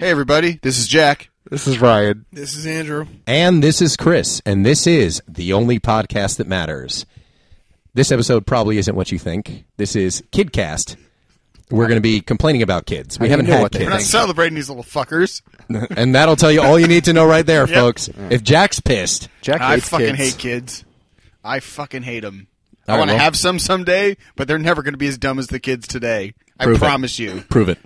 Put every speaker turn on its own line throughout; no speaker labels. Hey, everybody, this is Jack.
This is Ryan.
This is Andrew.
And this is Chris, and this is the only podcast that matters. This episode probably isn't what you think. This is KidCast. We're going to be complaining about kids. We
I
haven't
know
had
what they
We're not
kids.
celebrating these little fuckers.
and that'll tell you all you need to know right there, folks. If Jack's pissed,
Jack
I
hates
fucking
kids.
hate kids. I fucking hate them.
All
I
right,
want to
well-
have some someday, but they're never going to be as dumb as the kids today. I
Prove it.
promise you.
prove it.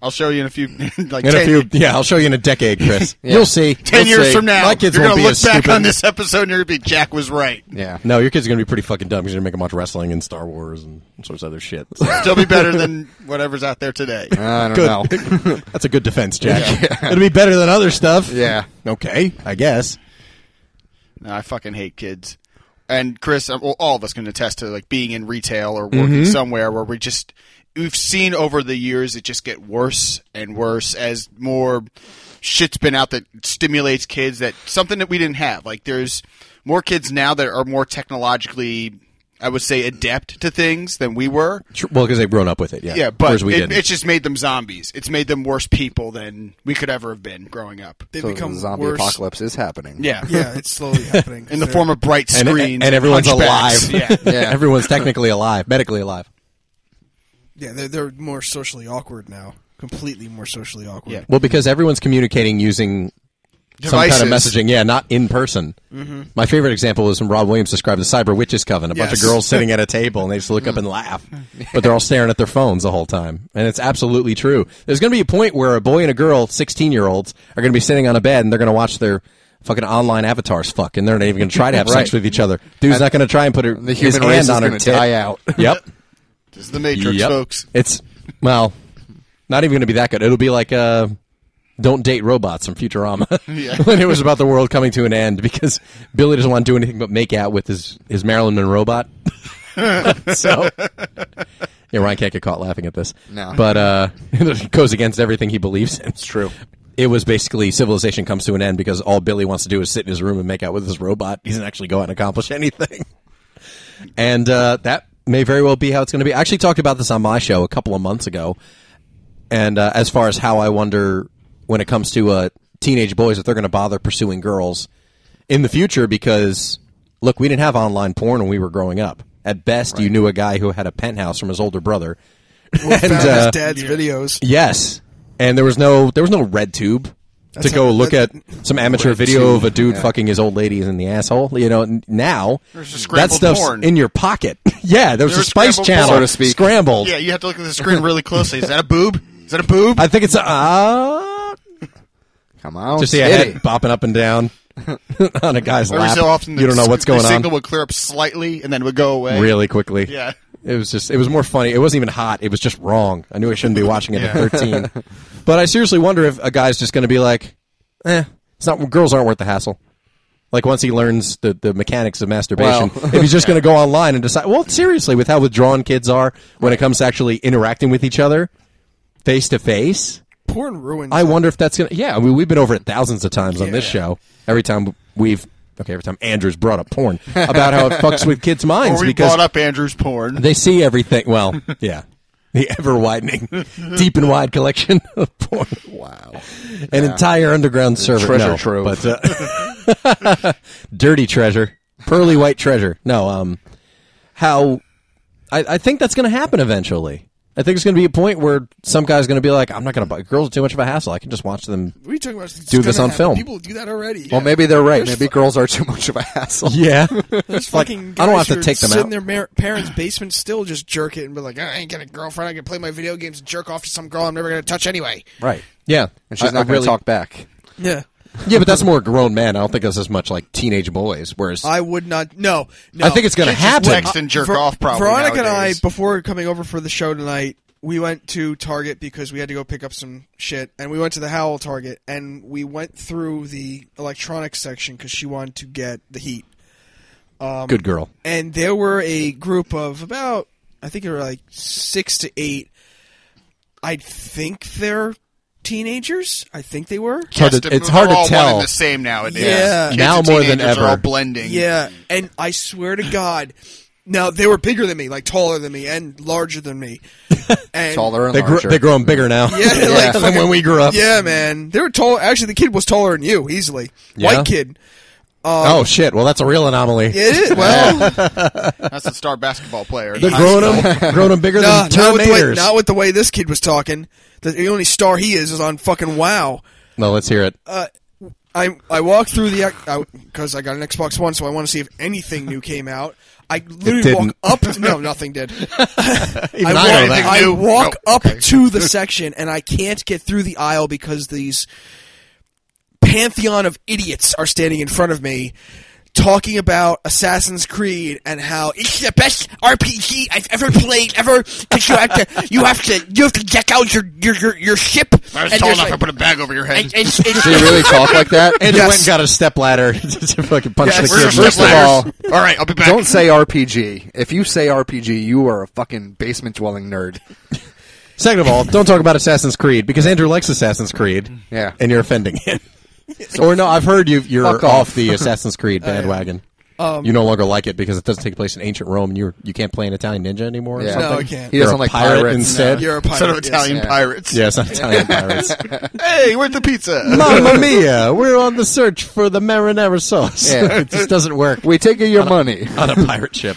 I'll show you in a few, like
In a
ten,
few, yeah, I'll show you in a decade, Chris. You'll see.
10
You'll
years
see.
from now.
my kids
you're
won't
gonna
be
look
as
back
stupid.
on this episode and you're going to be Jack was right.
Yeah.
No, your kids are going to be pretty fucking dumb because you're going to make them watch wrestling and Star Wars and all sorts of other shit. So-
Still be better than whatever's out there today.
I don't know.
good. That's a good defense, Jack. It'll be better than other stuff.
Yeah.
Okay, I guess.
No, I fucking hate kids. And Chris, uh, well, all of us can attest to like being in retail or working
Mm-hmm.
somewhere where we just we've seen over the years it just get worse and worse as more shit's been out that stimulates kids that something that we didn't have. Like there's more kids now that are more technologically, I would say, adept to things than we were.
Tr- Well, because they've grown up with it. Yeah,
Yeah, but
Whereas we
it,
didn't.
it's just made them zombies. It's made them worse people than we could ever have been growing up.
They
So
become
the zombie
worse.
apocalypse is happening.
Yeah,
Yeah, it's slowly happening.
In the
They're-
form of bright
and,
screens,
and everyone's
hunchbacks.
alive.
Yeah.
Yeah.
everyone's technically alive, medically alive.
yeah, they're, they're more socially awkward now. Completely more socially awkward.
Yeah.
Well, because everyone's communicating using some kind of
Devices.
messaging. Yeah, not in person.
Mm-hmm.
My favorite example was when Rob Williams described the Cyber Witches Coven. A bunch
Yes.
of girls sitting at a table and they just look up and laugh, but they're all staring at their phones the whole time. And it's absolutely true. There's going to be a point where a boy and a girl, 16 year olds, are going to be sitting on a bed and they're going to watch their fucking online avatars fuck, and they're not even going to try to have sex
Right.
with each other. Dude's not going to try and put her
The
his
human
hand
race is
on her
gonna
tit.
die out.
Yep.
This is the Matrix,
Yep.
folks.
It's well, not even going to be that good. It'll be like uh, "Don't Date Robots" from Futurama, when it was about the world coming to an end because Billy doesn't want to do anything but make out with his his Marilyn Monroe bot. so, yeah, Ryan can't get caught laughing at this.
No.
but uh, it goes against everything he believes in. It's
true.
It was basically civilization comes to an end because all Billy wants to do is sit in his room and make out with his robot. He doesn't actually go out and accomplish anything and uh, that may very well be how it's going to be. I actually talked about this on my show a couple of months ago, and uh, as far as how I wonder when it comes to uh, teenage boys if they're going to bother pursuing girls in the future because look, we didn't have online porn when we were growing up. At best, you knew a guy who had a penthouse from his older brother, and
Found his
uh,
dad's videos.
yes, and there was no there was no red tube. to
That's
go
a-
look at
that-
some amateur video
tube,
of a dude
yeah.
fucking his old lady in the asshole, you know. n- Now
There's just
that
scrambled
stuff's
porn.
in your pocket. yeah, there was
There's
a Spice
scrambled
Channel,
porn. So
to speak.
scrambled.
Yeah, you have to look at the screen really closely. Is that a boob? Is that a boob?
I think it's uh,
Come on.
to see a
steady.
head bopping up and down on a guy's
Every
lap.
so often, the
you don't know
s-
what's going
the
on
signal would clear up slightly and then would go away.
really quickly.
Yeah.
It was just, it was more funny. It wasn't even hot. It was just wrong. I knew I shouldn't be watching it
Yeah.
at 13. but I seriously wonder if a guy's just going to be like, eh, it's not, girls aren't worth the hassle. Like once he learns the, the mechanics of masturbation,
Well.
if he's just going to go online and decide, well, seriously, with how withdrawn kids are when it comes to actually interacting with each other face to face,
Porn ruins.
I
it.
wonder if that's going to, yeah, I mean, we've been over it thousands of times on this show. Every time we've, okay, every time Andrew's brought up porn about how it fucks with kids' minds
Or we
because
brought up Andrew's porn.
they see everything. Well, yeah. The ever widening, deep and wide collection of porn.
Wow.
An entire underground server.
treasure
no,
trove.
But, uh, dirty treasure. Pearly white treasure. No, um, how. I, I think that's going to happen eventually. I think it's going to be a point where some guy's going to be like, I'm not going to buy. Girls are too much of a hassle. I can just watch them.
What are you talking about? It's
Do this
gonna
on
happen.
film.
People do that already.
Well, maybe they're right. Maybe girls are too much of a hassle.
Yeah.
There's fucking
I don't
guys
have to
who are
take them
sit
out.
in their mar- parents' basement, still just jerk it and be like, I ain't got a girlfriend. I can play my video games and jerk off to some girl I'm never going to touch anyway.
right. Yeah.
And she's
I- I
not going to
really-
talk back.
Yeah.
Yeah, but that's more grown men. I don't think that's as much like teenage boys. Whereas
I would not. No, no.
I think it's going to
Kids just
happen.
text and jerk off probably
Veronica
nowadays.
and I, before coming over for the show tonight, we went to Target because we had to go pick up some shit, and we went to the Howell Target, and we went through the electronics section because she wanted to get the heat.
Good girl.
And there were a group of about, I think there were like six to eight. I think they're teenagers. I think they were.
hard to-
Yes,
it's
they're
hard to
all One
tell.
and the same nowadays.
Yeah.
Kids
Now
and
more than
teenagers are
ever.
all blending.
Yeah, and I swear to God, Now they were bigger than me, like taller than me and larger than me. And
Taller and
They gr-
larger.
they're growing bigger now.
Yeah, like
than when we grew up.
Yeah, man. They were tall. Actually, the kid was taller than you easily.
Yeah?
White kid.
Oh shit! Well, that's a real anomaly.
It is. Well,
That's a star basketball player.
They're growing them, growing them bigger
nah,
than
uh, not, with the way,
Terminators.
not with the way this kid was talking. The, the only star he is is on fucking WoW.
no, let's hear it.
Uh, I I walked through the because I got an Xbox One, so I want to see if anything new came out. I literally walk
didn't.
up. To, no, nothing did.
Even
I,
I
walk,
know that.
I
Anything new?
walk
No.
up to the section and I can't get through the aisle because these pantheon of idiots are standing in front of me talking about Assassin's Creed and how it's the best RPG I've ever played ever because you have to you have to you have to deck out your your your, your ship
I was
and
tall enough.
there's like-
I put a bag over your head.
and- and- and-
Did he really talk like that?
And
Yes.
went and got a stepladder to fucking punch
Yes.
the
Where's
kid.
your
First of
step ladders? all right, I'll be back.
Don't say RPG. If you say RPG, you are a fucking basement dwelling nerd.
Second of all, don't talk about Assassin's Creed because Andrew likes Assassin's Creed.
Yeah.
and you're offending him. or no, I've heard you. You're
Fuck
off.
off.
the Assassin's Creed
Oh,
bandwagon.
Um,
you no longer like it because it doesn't take place in ancient Rome, and you you can't play an Italian ninja anymore.
Yeah.
Or
No, I
something.
can't.
He
You're
doesn't
a
like
pirate
pirates.
instead.
you're a pirate,
Son of
yes.
Italian
Yeah.
pirates.
Yes, not Italian pirates.
Hey, where's the pizza?
Mamma mia! We're on the search for the marinara sauce.
Yeah.
it just doesn't work
We take your money.
on a pirate ship.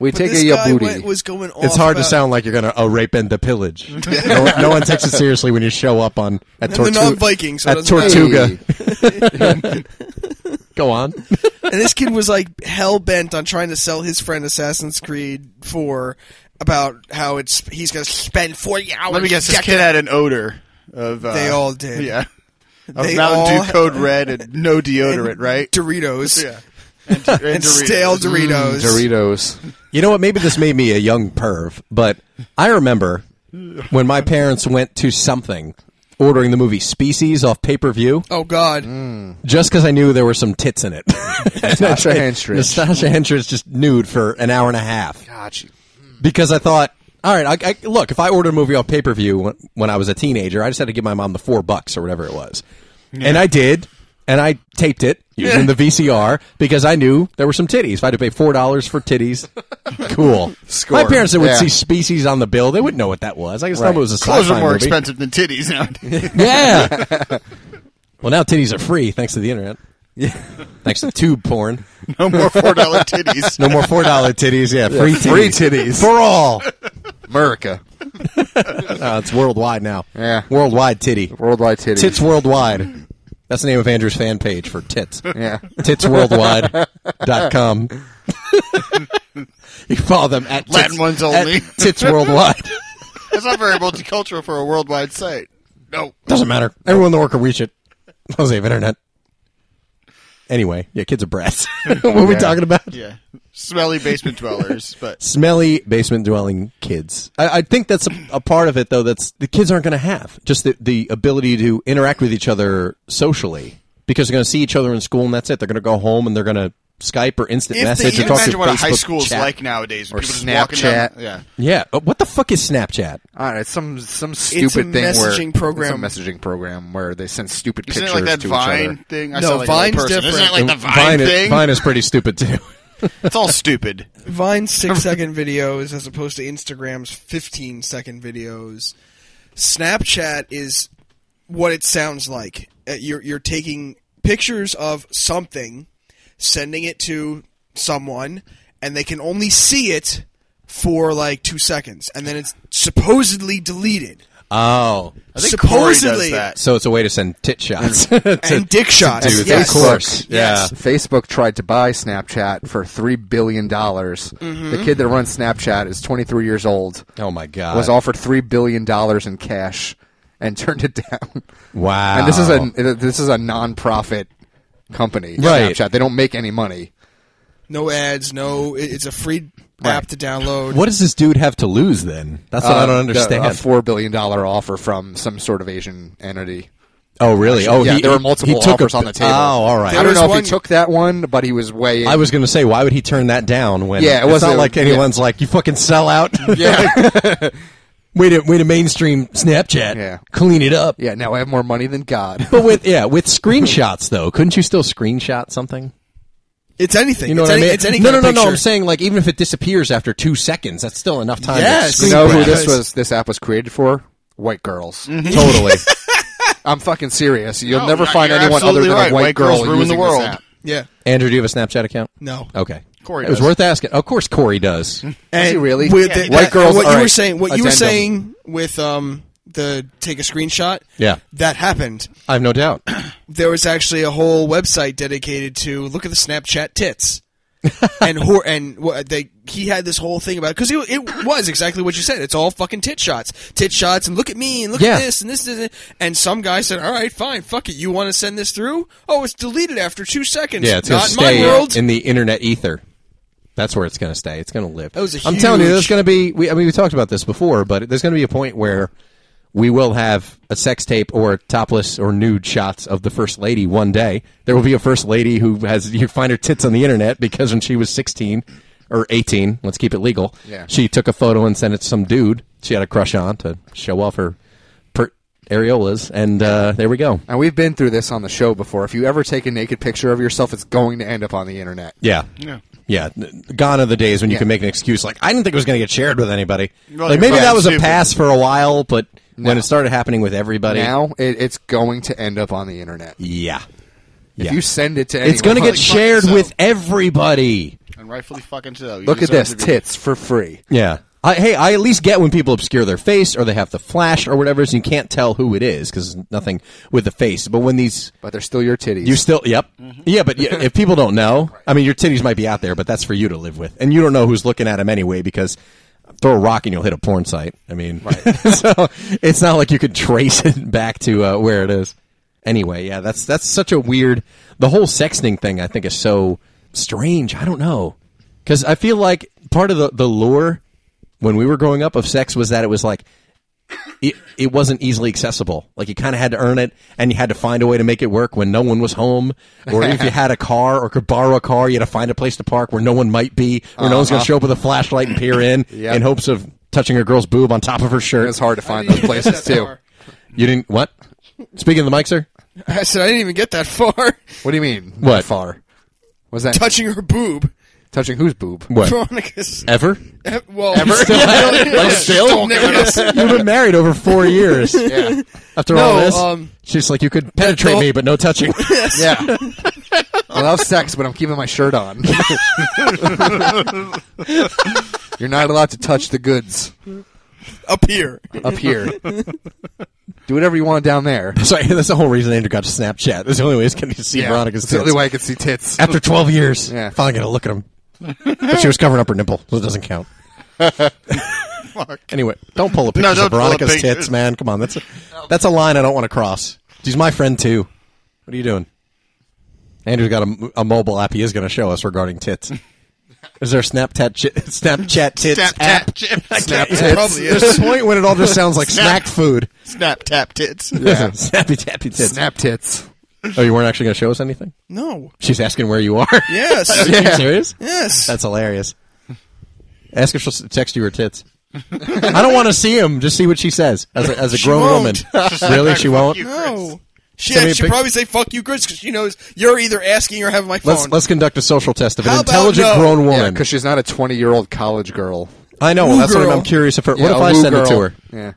We
But
take
this
your
guy
booty.
went- was going off
It's hard to
about-
sound like you're going to uh, rape and the pillage. no, one- no one takes it seriously when you show up on at
And they're
Tortuga.
not Vikings, so it
at
doesn't matter.
Tortuga. Go on.
and this kid was like hell bent on trying to sell his friend Assassin's Creed 4 about how it's he's gonna spend forty hours.
Let me guess. This
decking-
kid had an odor of. Uh,
They all did.
Yeah. Of
They
Mountain
all-
Dew Code Red and no deodorant, right?
Doritos
yeah. And, Mm. and
and
Doritos.
stale
Mm,
Doritos.
Mm, Doritos.
You know what? Maybe this made me a young perv, but I remember when my parents went to something ordering the movie Species off pay per view
Oh God!
Mm. just because I knew there were some tits in it.
Natasha Henstridge.
Natasha Henstridge just nude for an hour and a half.
God, she-
because I thought, all right, I, I, look, if I ordered a movie off pay per view when, when I was a teenager, I just had to give my mom the four bucks or whatever it was, and I did, and I taped it using the VCR because I knew there were some titties. If I had to pay four dollars for titties, cool.
Score.
My parents that would
Yeah.
see Species on the bill, they wouldn't know what that was. I just thought
Right.
it was a
Clothes
sci-fi
are more
movie.
expensive than titties nowadays.
Yeah. well, now titties are free thanks to the internet. Yeah. Thanks to tube porn.
no more four dollar titties.
No more four dollar titties. Yeah, free titties.
Free titties.
for all.
America.
Uh, it's worldwide now.
Yeah.
Worldwide titty.
Worldwide titties.
Tits worldwide. That's the name of Andrew's fan page for tits.
Yeah.
Titsworldwide.com. you can follow them at
Latin
tits-
ones
at
only.
tits worldwide.
That's not very multicultural for a worldwide site. No.
Doesn't matter. Everyone in the world can reach it. Don't have internet. Anyway, yeah, kids are brats. what are we
Yeah.
talking about?
Yeah. Smelly basement dwellers, but
Smelly basement dwelling kids. I, I think that's a, a part of it, though. That's the kids aren't going to have just the, the ability to interact with each other socially because they're going to see each other in school, and that's it. They're going to go home and they're going to Skype or instant
if they,
message
you
or
can
talk to
imagine what a
Facebook
high school is
chat.
like nowadays.
Or
people just walking down-
Snapchat.
Yeah.
Yeah, uh, what the fuck is Snapchat?
All right, it's some some stupid
It's a
thing where
messaging program.
It's a messaging program where they send stupid
Isn't it
pictures
like that
to each
Vine
other.
thing?
No,
sound like an old
Vine's
person. Isn't it
different.
like the Vine,
is-
thing?
Vine is pretty stupid too.
It's all stupid.
Vine's six second videos as opposed to Instagram's 15 second videos. Snapchat is what it sounds like. Uh, You're you're taking pictures of something, sending it to someone, and they can only see it for like two seconds, and then it's supposedly deleted.
oh,
I think Corey
supposedly,
does
so it's a way to send tit shots to
and dick shots.
dudes.
yes.
Of course,
Yes.
yeah.
Facebook tried to buy Snapchat for three billion dollars. The kid that runs Snapchat is 23 years old.
Oh my god,
Was offered three billion dollars in cash and turned it down.
wow.
And this is a this is a non-profit company.
Right.
Snapchat. They don't make any money.
No ads. No. it- It's a free app to download.
what does this dude have to lose then? That's what I
Uh,
don't
the- A
understand.
four billion dollar offer from some sort of Asian entity.
oh really? Oh,
yeah,
he,
there were
he-
multiple
he took
offers
a,
on the table.
Oh, all right.
I
There
don't
was
know if
one-
he took that one, but he was way.
I was going to say, why would he turn that down when?
Yeah, it
it's
wasn't-
not like
yeah.
anyone's like you fucking sell out.
yeah,
way to way to mainstream Snapchat.
Yeah.
clean it up.
yeah. Now I have more money than God.
But with yeah, with screenshots though, couldn't you still screenshot something?
It's anything.
You know
it's
what
any,
I mean?
It's any
no,
kind
no,
of
no, no.
picture.
I'm saying like even if it disappears after two seconds, that's still enough time.
Yes.
To
You
screen
know who
grab.
this was? This app was created for? White girls.
Totally.
I'm fucking serious. You'll
Mm-hmm. No,
never
you're-
find
you're
anyone other
absolutely
than
right.
a white,
White
girl
girls ruin the
using
world.
This app.
Yeah.
Andrew, do you have a Snapchat account?
No.
Okay.
Corey
It was
does.
worth asking. Of course, Corey does.
And
he really?
With
Yeah.
the,
White
that-
girls
What
are
you
a-
were saying. What you were
addendum.
saying with um the take a screenshot.
Yeah.
That happened.
I have no doubt.
There was actually a whole website dedicated to look at the Snapchat tits. and whore, and what they he had this whole thing about because it, it was exactly what you said. It's all fucking tit shots, tit shots, and look at me, and look
Yeah.
at this, and this, and this. And some guy said, "All right, fine, fuck it. You want to send this through? Oh, it's deleted after two seconds.
Yeah, it's going to
not in my
stay
world.
in the internet ether. That's where it's going to stay. It's going to live.
That was a
I'm telling you, there's
huge-
going to be. We, I mean, we talked about this before, but there's going to be a point where we will have a sex tape or topless or nude shots of the first lady one day. There will be a first lady who has you find her tits on the internet because when she was 16 or 18, let's keep it legal.
Yeah.
she took a photo and sent it to some dude she had a crush on to show off her pert areolas, and uh, there we go.
And we've been through this on the show before. If you ever take a naked picture of yourself, it's going to end up on the internet.
Yeah.
Yeah.
Yeah. N- Gone are the days when you
Yeah.
can make an excuse like, I didn't think it was going to get shared with anybody.
Well,
like,
you're
maybe
right,
that was a
stupid.
pass for a while, but when it started happening with everybody.
Now it, it's going to end up on the internet.
yeah.
If you send it to anyone,
it's going to get
fucking
shared
so.
with everybody.
and rightfully fucking so. You
look at
deserve
this
to be-
tits for free.
Yeah. I, hey, I at least get when people obscure their face or they have the flash or whatever, so you can't tell who it is because nothing with the face. But when these.
But they're still your titties.
You still, yep, yeah. But y- if people don't know, I mean, your titties might be out there, but that's for you to live with, and you don't know who's looking at them anyway because throw a rock and you'll hit a porn site. I mean, so it's not like you could trace it back to uh, where it is. Anyway, yeah, that's that's such a weird. The whole sexting thing, I think, is so strange. I don't know because I feel like part of the the lure when we were growing up of sex was that it was like it, it wasn't easily accessible. Like you kind of had to earn it, and you had to find a way to make it work when no one was home, or if you had a car or could borrow a car, you had to find a place to park where no one might be, where no one's going to show up with a flashlight and peer in in hopes of touching a girl's boob on top of her shirt.
It's hard to find
didn't
those
even get
places
that
too.
far.
You didn't what? Speaking of the mic, sir,
I said I didn't even get that far.
What do you mean?
What?
far? Was that
Touching her boob,
touching whose boob?
what
Veronica's.
E- ever?
eh, Well,
Like, still, you've been married over four years.
Yeah,
After
No,
all this,
um,
she's like, you could penetrate
the-
me, but no touching.
yeah. I love sex, but I'm keeping my shirt on. You're not allowed to touch the goods
up here.
up here. Do whatever you want down there.
Sorry, that's the whole reason Andrew got to Snapchat. That's the only way it's going to see Veronica's
It's the only
tits.
way I can see tits.
After 12 years,
Yeah.
finally got to look at them. But she was covering up her nipple, so it doesn't count. Anyway, don't pull a picture
don't
of
pull a
Veronica's
picture.
tits, man. Come on, that's a, that's a line I don't want to cross. She's my friend, too. What are you doing? Andrew's got a, a mobile app he is going to show us regarding tits. Is there a Snapchat, chi- Snapchat tits
Snap
app?
tap chip. Snap
It's- There's a point when it all just sounds like
Snap.
snack food.
Snap tap tits.
Yeah.
Snappy tappy tits.
Snap tits.
Oh, you weren't actually going to show us anything?
No.
She's asking where you are.
Yes.
Are you serious?
Yes.
That's hilarious. Ask if she'll s- text you her tits. I don't want to see him. Just see what she says as a, as a grown woman.
won't.
really, she won't.
You,
no. She
Send me a
should
pic-
probably say "fuck you, Chris" because she knows you're either asking or having my phone.
Let's let's conduct a social test of an
How about
intelligent
no?
grown
Yeah,
woman.
because she's not a 20 year old college girl.
I know. Well,
Woo
that's what I'm
girl.
curious if her.
Yeah,
what if
a
I
woo
send it to
girl.
her?
Yeah.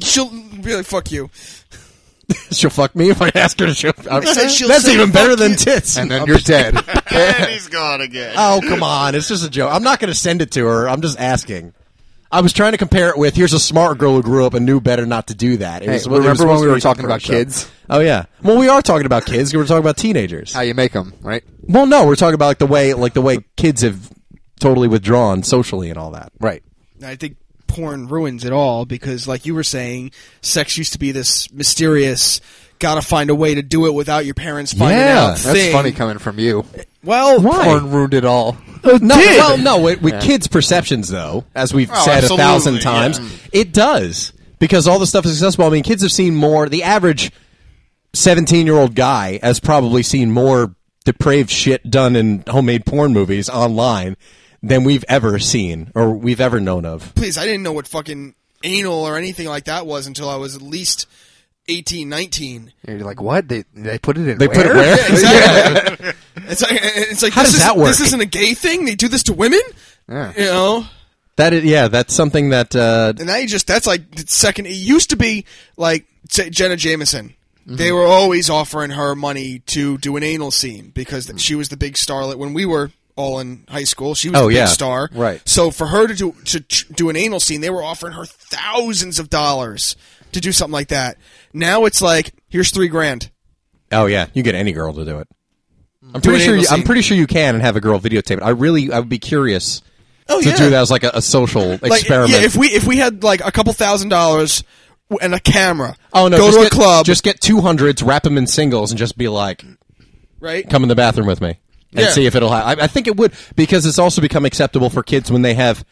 She'll be like "fuck you."
She'll fuck me if I ask her to show.
said she'll
That's
say
even
fuck
better than
you.
tits.
And then you're dead.
and he's gone again.
Oh, come on. It's just a joke. I'm not going to send it to her. I'm just asking. I was trying to compare it with here's a smart girl who grew up and knew better not to do that. It
Hey,
was, well, it was
remember when
supposed
we
to
were
be
talking about
commercial.
kids?
Oh, yeah. Well, we are talking about kids. 'cause We're talking about teenagers.
How you make them, right?
well, no, we're talking about like the way like the way kids have totally withdrawn socially and all that.
Right.
I think porn ruins it all because, like you were saying, sex used to be this mysterious. Got to find a way to do it without your parents finding
Yeah,
out.
that's
That's
thing.
funny coming from you.
Well,
Why?
Porn ruined it all.
Oh,
no, well, no, with, with kids' perceptions, though, as we've
Oh,
said a thousand
absolutely,
times,
yeah.
it does because all the stuff is accessible. I mean, kids have seen more. The average seventeen-year-old guy has probably seen more depraved shit done in homemade porn movies online than we've ever seen or we've ever known of.
please, I didn't know what fucking anal or anything like that was until I was at least 18, 19.
And you're like, what? They they put it in.
They put it where?
Exactly. It's like it's like
How
this
does
is-
that work?
This isn't a gay thing. They do this to women.
Yeah.
You know,
That is, yeah, that's something that uh,
and now you just that's like the second. It used to be like say, Jenna Jameson.
Mm-hmm.
They were always offering her money to do an anal scene because
Mm.
th- she was the big starlet when we were all in high school. She was
Oh,
the big
yeah.
star,
Right.
So for her to do to tr- do an anal scene, they were offering her thousands of dollars to do something like that. Now it's like here's three grand.
oh yeah, you get any girl to do it. I'm
Do an
pretty sure
anal
you, I'm
scene.
pretty sure you can and have a girl videotape it. I really I would be curious
Oh
to do that as like a, a social
like,
experiment.
Yeah, if we if we had like a couple thousand dollars w- and a camera,
oh no,
go
just
to
get,
a club,
just get two hundreds, wrap them in singles, and just be like,
right?
come in the bathroom with me and
Yeah.
see if it'll. Ha- I, I think it would because it's also become acceptable for kids when they have.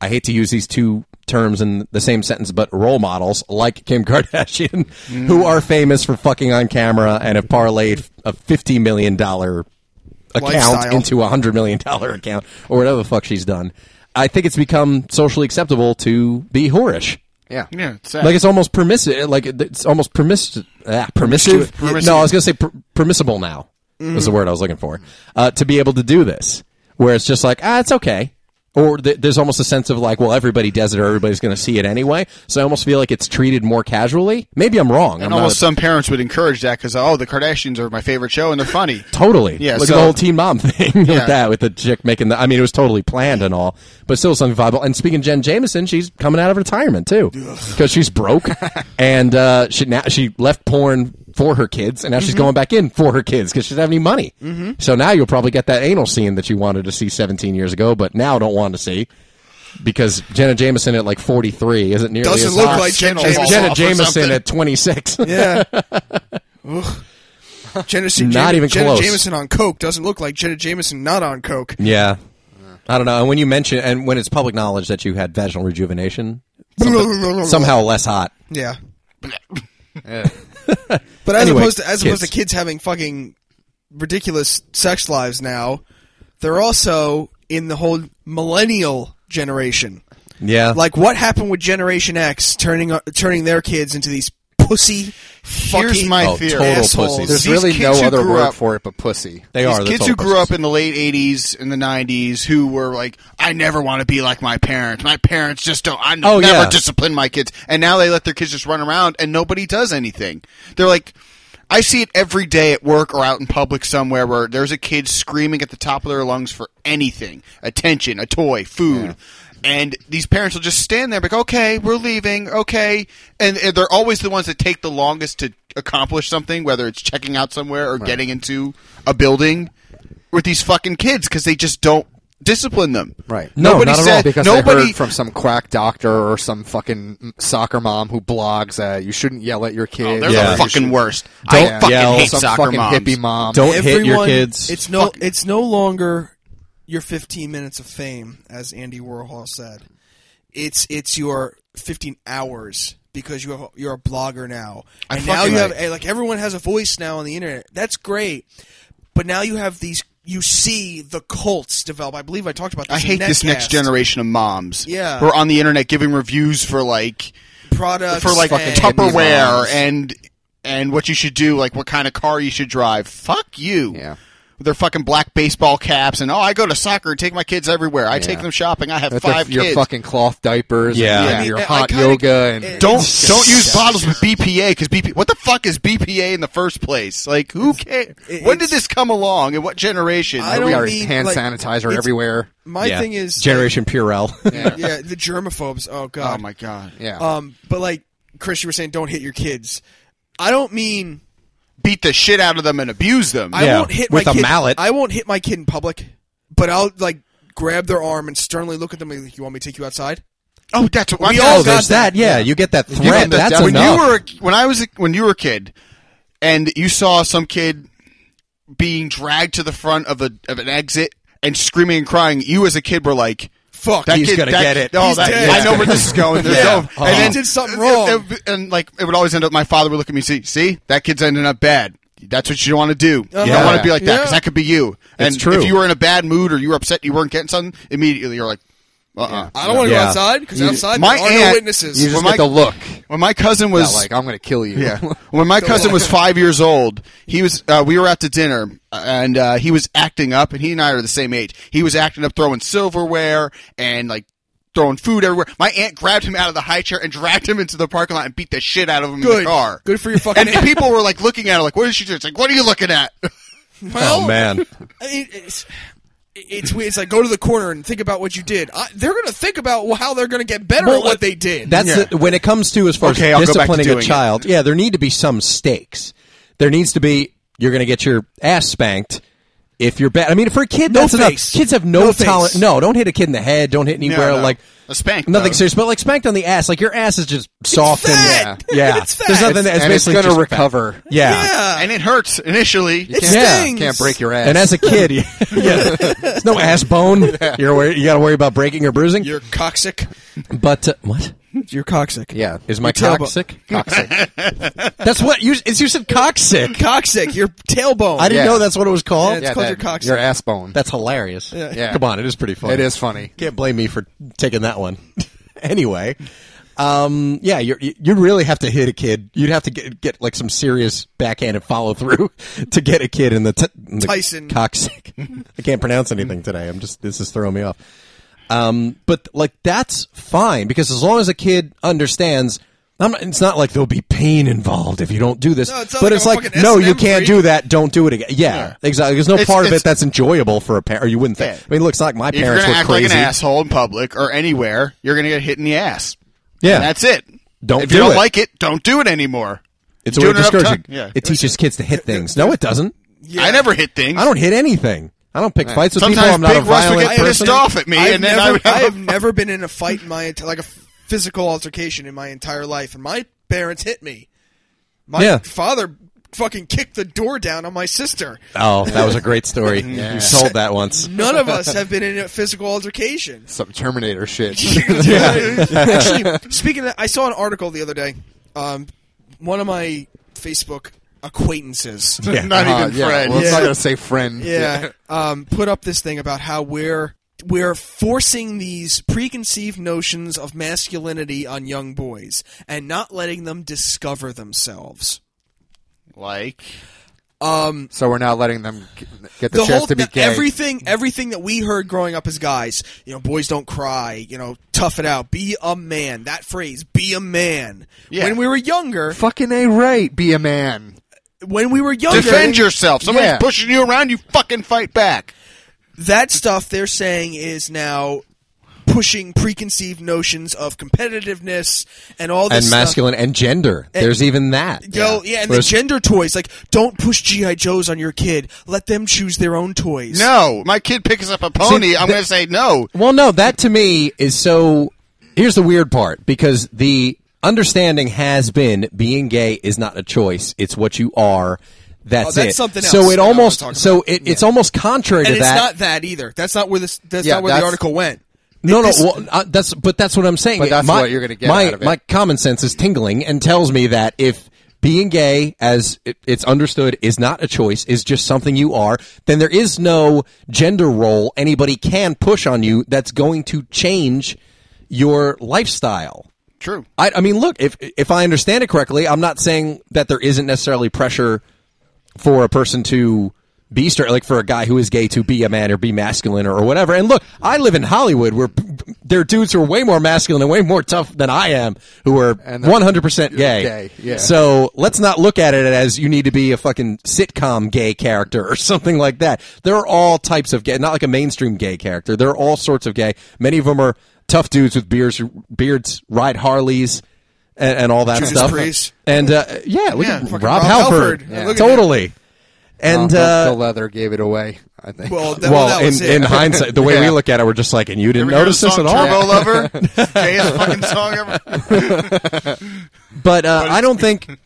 I hate to use these two terms in the same sentence, but role models like Kim Kardashian,
Mm.
who are famous for fucking on camera and have parlayed a fifty million dollar account
Lifestyle.
into a hundred million dollar account or whatever the fuck she's done. I think it's become socially acceptable to be whorish.
Yeah.
Yeah, it's sad.
Like it's almost permissive. Like it's almost permiss- ah,
Permissive.
permissive.
Mm-hmm.
No, I was going to say per- permissible. Now was the word I was looking for uh, to be able to do this, where it's just like ah, it's okay. Or th- there's almost a sense of like, well, everybody does it, or everybody's going to see it anyway. So I almost feel like it's treated more casually. Maybe I'm wrong. I'm
and
not
almost
a-
some parents would encourage that because oh, the Kardashians are my favorite show and they're funny.
totally.
Yeah,
Look
so-
at the whole Teen Mom thing with
Yeah.
that, with the chick making the. I mean, it was totally planned and all, but still something viable. And speaking of Jen Jameson, she's coming out of retirement too because she's broke, and uh, she now she left porn for her kids, and now
Mm-hmm.
she's going back in for her kids because she doesn't have any money. So now you'll probably get that anal scene that you wanted to see 17 years ago, but now don't want to see. Because Jenna Jameson at like 43 isn't nearly
Doesn't
as
look
hot
like
Skin
Jen
will
as
fall
Jameson.
Jenna
off or
Jameson
something.
at 26.
Yeah. Ugh. Jenna,
Not
Jenna,
even
Jenna
close.
Jameson on coke doesn't look like Jenna Jameson not on coke.
Yeah. I don't know. And when you mention, and when it's public knowledge that you had vaginal rejuvenation, something- somehow less hot.
Yeah.
Yeah.
But as
Anyway,
opposed to as opposed to
kids.
kids having fucking ridiculous sex lives now, they're also in the whole millennial generation.
Yeah.
Like what happened with Generation X turning uh, turning their kids into these pussy fucking
Here's my
Oh,
theory.
total
assholes.
pussies.
There's
These
really no
kids who
other
grew
word
up-
for it but pussy.
they
These
are. They're
kids
total
who grew up
pussies.
in the late '80s and the '90s who were like, "I never want to be like my parents. My parents just don't. I never
Oh, yeah.
discipline my kids." And now they let their kids just run around and nobody does anything. They're like, I see it every day at work or out in public somewhere where there's a kid screaming at the top of their lungs for anything, attention, a toy, food. And these parents will just stand there, like, okay, we're leaving, okay. And, and they're always the ones that take the longest to accomplish something, whether it's checking out somewhere or getting into a building with these fucking kids because they just don't discipline them.
Right.
No,
nobody
not at all,
said,
because
nobody,
they heard from some quack doctor or some fucking soccer mom who blogs that you shouldn't yell at your
Oh,
kids.
they're
Yeah.
the fucking worst.
Don't
I fucking
yell.
hate
some
soccer
fucking
moms.
hippie mom.
Don't hit your kids.
It's no, it's no longer your 15 minutes of fame, as Andy Warhol said. It's it's your 15 hours because you have, you're a blogger now,
I
and now
fucking
you have
like-
eh, like everyone has a voice now on the internet. That's great, but now you have these. You see the cults develop. I believe I talked about. this
I
in
hate this next
Netcast.
generation of moms.
Yeah.
Who are on the internet giving reviews for like
products
for like
and-
Tupperware
moms.
and and what you should do, like what kind of car you should drive. Fuck you.
Yeah.
With Their fucking black baseball caps and oh, I go to soccer and take my kids everywhere. I take them shopping. I have
With their-
five
your
kids.
fucking cloth diapers.
Yeah.
And,
I
mean,
your
I- I
hot
kinda-
yoga. And
it-
don't
It's
don't
just-
use bottles with BPA because BP. What the fuck is BPA in the first place? Like who cares?
it-
When did
it's-
this come along? And what generation? Are
I don't
we-
we are
mean,
hand
like,
sanitizer
it's-
everywhere.
My
Yeah.
thing is
Generation Purell.
like, yeah, the germaphobes. Oh god.
oh my god.
Yeah.
Um, but like Chris, you were saying, don't hit your kids. I don't mean
Beat the shit out of them and abuse them.
I
Yeah,
won't hit
with
my
a
kid.
mallet.
I won't hit my kid in public, but I'll like grab their arm and sternly look at them and be like, "You want me to take you outside?"
oh, that's what
We
my
all
oh,
all
there's that. Yeah, you get that
get
threat.
the
That's
devil-
when
enough.
you were a- when I was a, when you were a kid, and you saw some kid being dragged to the front of a of an exit and screaming and crying. You as a kid were like.
Fuck.
That
He's
kid,
gonna
that,
get it.
Oh,
He's
that,
dead.
I know where this is going. There's
Yeah.
no-
Oh.
and then-
He did something wrong.
And, like it would always end up. My father would look at me and see, "See, that kid's ending up bad. That's what you want to do. You
Yeah.
don't want to be like that
Yeah.
because that could be you. And
It's true.
if you were in a bad mood or you were upset, you weren't getting something immediately. You're like, Uh-uh.
I don't want to
Yeah.
go outside because outside
my
there are no
aunt-
witnesses.
You just
Well,
get
my-
the look.
When my cousin was
Not like I'm going to kill you.
Yeah. When my cousin was five years old, he was. Uh, we were out to dinner, and uh, he was acting up. And he and I are the same age. He was acting up, throwing silverware and like throwing food everywhere. My aunt grabbed him out of the high chair and dragged him into the parking lot and beat the shit out of him in
good.
the car.
Good for your fucking.
And
aunt. Uh.
people were like looking at her, like, "What did she do?" It's like, "What are you looking at?"
Well,
Oh man,
I mean, it's it's weird. It's like go to the corner and think about what you did. I, they're gonna think about how they're gonna get better
Well,
at what they did.
that's the, when it comes to as far
Okay, I'll go
as
back to
disciplining a
doing it.
child. Yeah, there need to be some stakes. There needs to be you're going to get your ass spanked if you're bad. I mean, for a kid,
No
that's
face.
enough. Kids have no,
No face.
tolerance. No, don't hit a kid in the head. Don't hit anywhere.
no.
Like
A spank,
Nothing
though.
serious, but like spanked on the ass. Like your ass is just soft
fat.
and yeah. yeah.
It's fat.
There's nothing. that-
and it's
basically
going to
just
recover.
fat. Yeah.
yeah,
And it hurts initially.
it
yeah,
stings.
Can't break your ass.
And as a kid, yeah, there's no ass bone. You're wor- you got to worry about breaking or bruising.
You're coxic.
but uh, what
You're coxic.
yeah.
is my
Your tailbone.
cock sick? That's what you. It's you said cock sick.
Coxic. Your tailbone.
I didn't
Yeah.
know that's what it was called.
it's Yeah. called your cock
Your
suck.
ass bone.
That's hilarious.
Yeah.
Come on, it is pretty funny.
It is funny.
Can't blame me for taking that one. anyway, um, yeah, you you'd really have to hit a kid. You'd have to get get like some serious backhand and follow through to get a kid in the, t- in the
Tyson.
coccyx. I can't pronounce anything today. I'm just this is throwing me off. Um, but like that's fine because as long as a kid understands. I'm not, it's not like there'll be pain involved if you don't do this,
No, it's not
but
like
it's
I'm a
like
fucking
no, you
S&M
can't
freak.
do that. Don't do it again. Yeah, exactly. There's no
It's-
part of
it's-
it that's enjoyable for a parent. You wouldn't think.
Yeah.
I mean, look, it's not like my
If you're
parents
gonna
were
act
crazy.
like an asshole in public or anywhere, you're gonna get hit in the ass.
Yeah.
And that's it.
Don't
if you
do
don't
it.
like it, don't do it anymore.
It's
You
a way of
do it enough
discouraging.
time- yeah.
It teaches kids to hit things. No, it doesn't.
I never hit things.
I don't hit anything. I don't pick fights with people. I'm
Sometimes
not a
Big Russ would
violent
get pissed
person.
off at me,
I've
and then I
never,
would have
have never been in a fight in my enti- like a physical altercation in my entire life, and my parents hit me. My
Yeah.
father fucking kicked the door down on my sister.
Oh, that was a great story. You sold that once.
None of us have been in a physical altercation.
Some Terminator shit. Uh,
Actually, speaking of that, I saw an article the other day. Um, one of my Facebook acquaintances.
Yeah.
not
Uh,
even
yeah.
friend.
Well, it's
Yeah.
not going to say friend.
yeah, um, put up this thing about how we're we're forcing these preconceived notions of masculinity on young boys and not letting them discover themselves.
Like
Um,
So we're not letting them g- get the,
the
chance
whole
to be
the-
gay.
everything everything that we heard growing up as guys, you know, boys don't cry, you know, tough it out, be a man. That phrase, be a man.
Yeah.
When we were younger,
Fucking a right. Be a man.
when we were younger,
defend yourself. Somebody's
Yeah.
pushing you around. You fucking fight back.
that stuff they're saying is now pushing preconceived notions of competitiveness and all this
And
stuff.
masculine and gender. There's even that.
Yo, yeah, and
Whereas-
the gender toys. Like, don't push GI Joes on your kid. Let them choose their own toys.
No, my kid picks up a pony. I'm
the-
going to say no.
Well, no, that to me is so. Here's the weird part because the understanding has been being gay is not a choice; it's what you are. That's,
Oh, that's
it.
something else
So
that I
it
wanna
almost
talk
so it, it's almost contrary
and
to
it's
that.
not that either. That's not where this. That's
Yeah,
not where the
that's-
article went.
No, no.
This-
Well, uh, that's but that's what I'm saying.
But that's
my,
what you're gonna get
My
out of it.
my common sense is tingling and tells me that if being gay, as it, it's understood, is not a choice, is just something you are, then there is no gender role anybody can push on you that's going to change your lifestyle.
True.
I, I mean, look, if if I understand it correctly, I'm not saying that there isn't necessarily pressure for a person to be straight, like for a guy who is gay to be a man or be masculine or, or whatever. And look, I live in Hollywood where p- p- there are dudes who are way more masculine and way more tough than I am who are
And they're-
100% gay.
gay, yeah.
So let's not look at it as you need to be a fucking sitcom gay character or something like that. There are all types of gay, not like a mainstream gay character. There are all sorts of gay. Many of them are tough dudes with beards, beards ride Harleys. And, and all that
Judas
stuff,
Priest.
and uh, yeah, look
Yeah,
at Rob,
fucking
Rob
Halford,
Halford. Yeah, look at that.
totally. And
the,
uh,
the leather gave it away. I think.
Well, that, well,
well,
that was
in,
it.
in hindsight, the way we
Yeah.
look at it, we're just like, and you didn't
Ever hear
notice
the
this
song
at all.
Turbo Lover, gayest fucking song ever.
But uh, I don't think,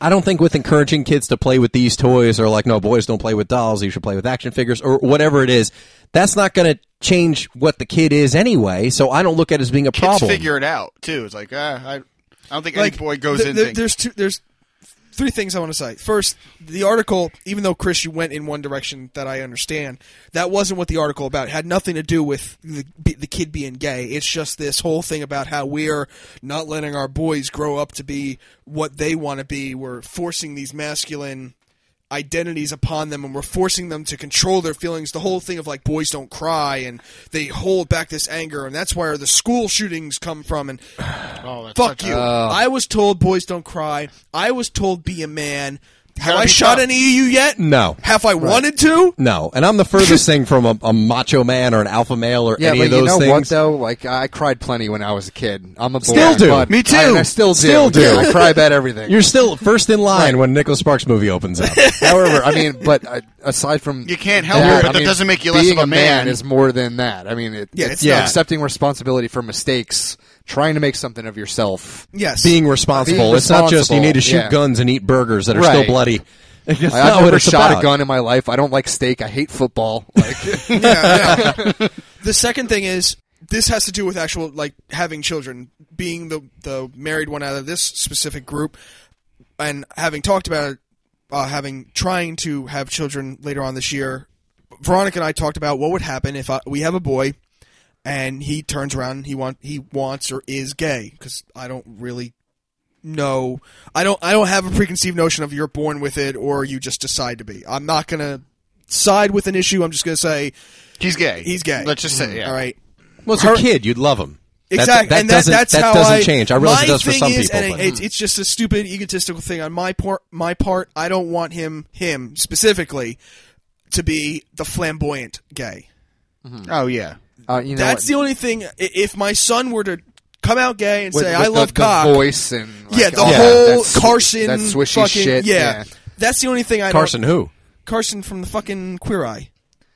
I don't think with encouraging kids to play with these toys or like, no, boys don't play with dolls. You should play with action figures or whatever it is. That's not going to change what the kid is anyway. So I don't look at it as being a
Kids
problem.
figure it out too. It's like ah, uh, I, I don't think
Like
any boy goes
th-
in.
th-
thinking-
There's two. There's three things I want to say. First, the article, even though Chris, you went in one direction that I understand, that wasn't what the article about. It had nothing to do with the, be- the kid being gay. It's just this whole thing about how we're not letting our boys grow up to be what they want to be. We're forcing these masculine identities upon them and we're forcing them to control their feelings the whole thing of like boys don't cry and they hold back this anger and that's where the school shootings come from and
Oh, that's
Fuck
such
you.
a-
I was told boys don't cry. I was told be a man. Have
gotta
I
be
shot
tough.
any of you yet?
No.
Have I wanted to?
No, and I'm the furthest thing from a, a macho man or an alpha male or
Yeah,
any
but
of those
you know
things.
what though? Like I cried plenty when I was a kid. I'm a boy,
Still do.
but
Me too.
I, I still do.
Still do.
Yeah, I cry about everything.
You're still first in line when Nicholas Sparks movie opens up.
However, I mean, but uh, aside from
You can't help it, but that doesn't make you less
being
of a man.
Is more than that. I mean, it,
Yeah,
it's
it's not.
accepting responsibility for mistakes, trying to make something of yourself.
Yes.
Being responsible.
Being
It's not just you need to shoot
responsible, yeah.
guns and eat burgers that are still
Right.
bloody. That's
Like,
not
I've
what
never
it's
shot
about.
a gun in my life. I don't like steak. I hate football. Like,
Yeah, yeah. the second thing is this has to do with actual like having children, being the the married one out of this specific group, and having talked about it, uh, having trying to have children later on this year. Veronica and I talked about what would happen if I, we have a boy, and he turns around and he want he wants or is gay because I don't really know. I don't I don't have a preconceived notion of you're born with it or you just decide to be. I'm not gonna side with an issue. I'm just gonna say
He's gay.
He's gay. Mm,
Let's just say, yeah.
All right.
Well, it's your
Her-
kid. You'd love him. That-
Exactly.
That,
and that,
doesn't,
that's
that
how
doesn't
I,
change. I realize
my
it does for
thing
some
is,
people.
And
but-
it- it's, it's just a stupid egotistical thing on my part. My part. I don't want him, him specifically, to be the flamboyant gay.
Oh yeah.
uh, you know,
that's
what?
the only thing. i- If my son were to come out gay and
With-
say,
with
"I
the-
love
the
cock,"
voice and like, oh,
yeah, the
all that.
whole
That sw-
Carson,
that swishy
fucking,
shit.
yeah. That's the only thing I
Carson who?
don't. Carson from the fucking Queer Eye.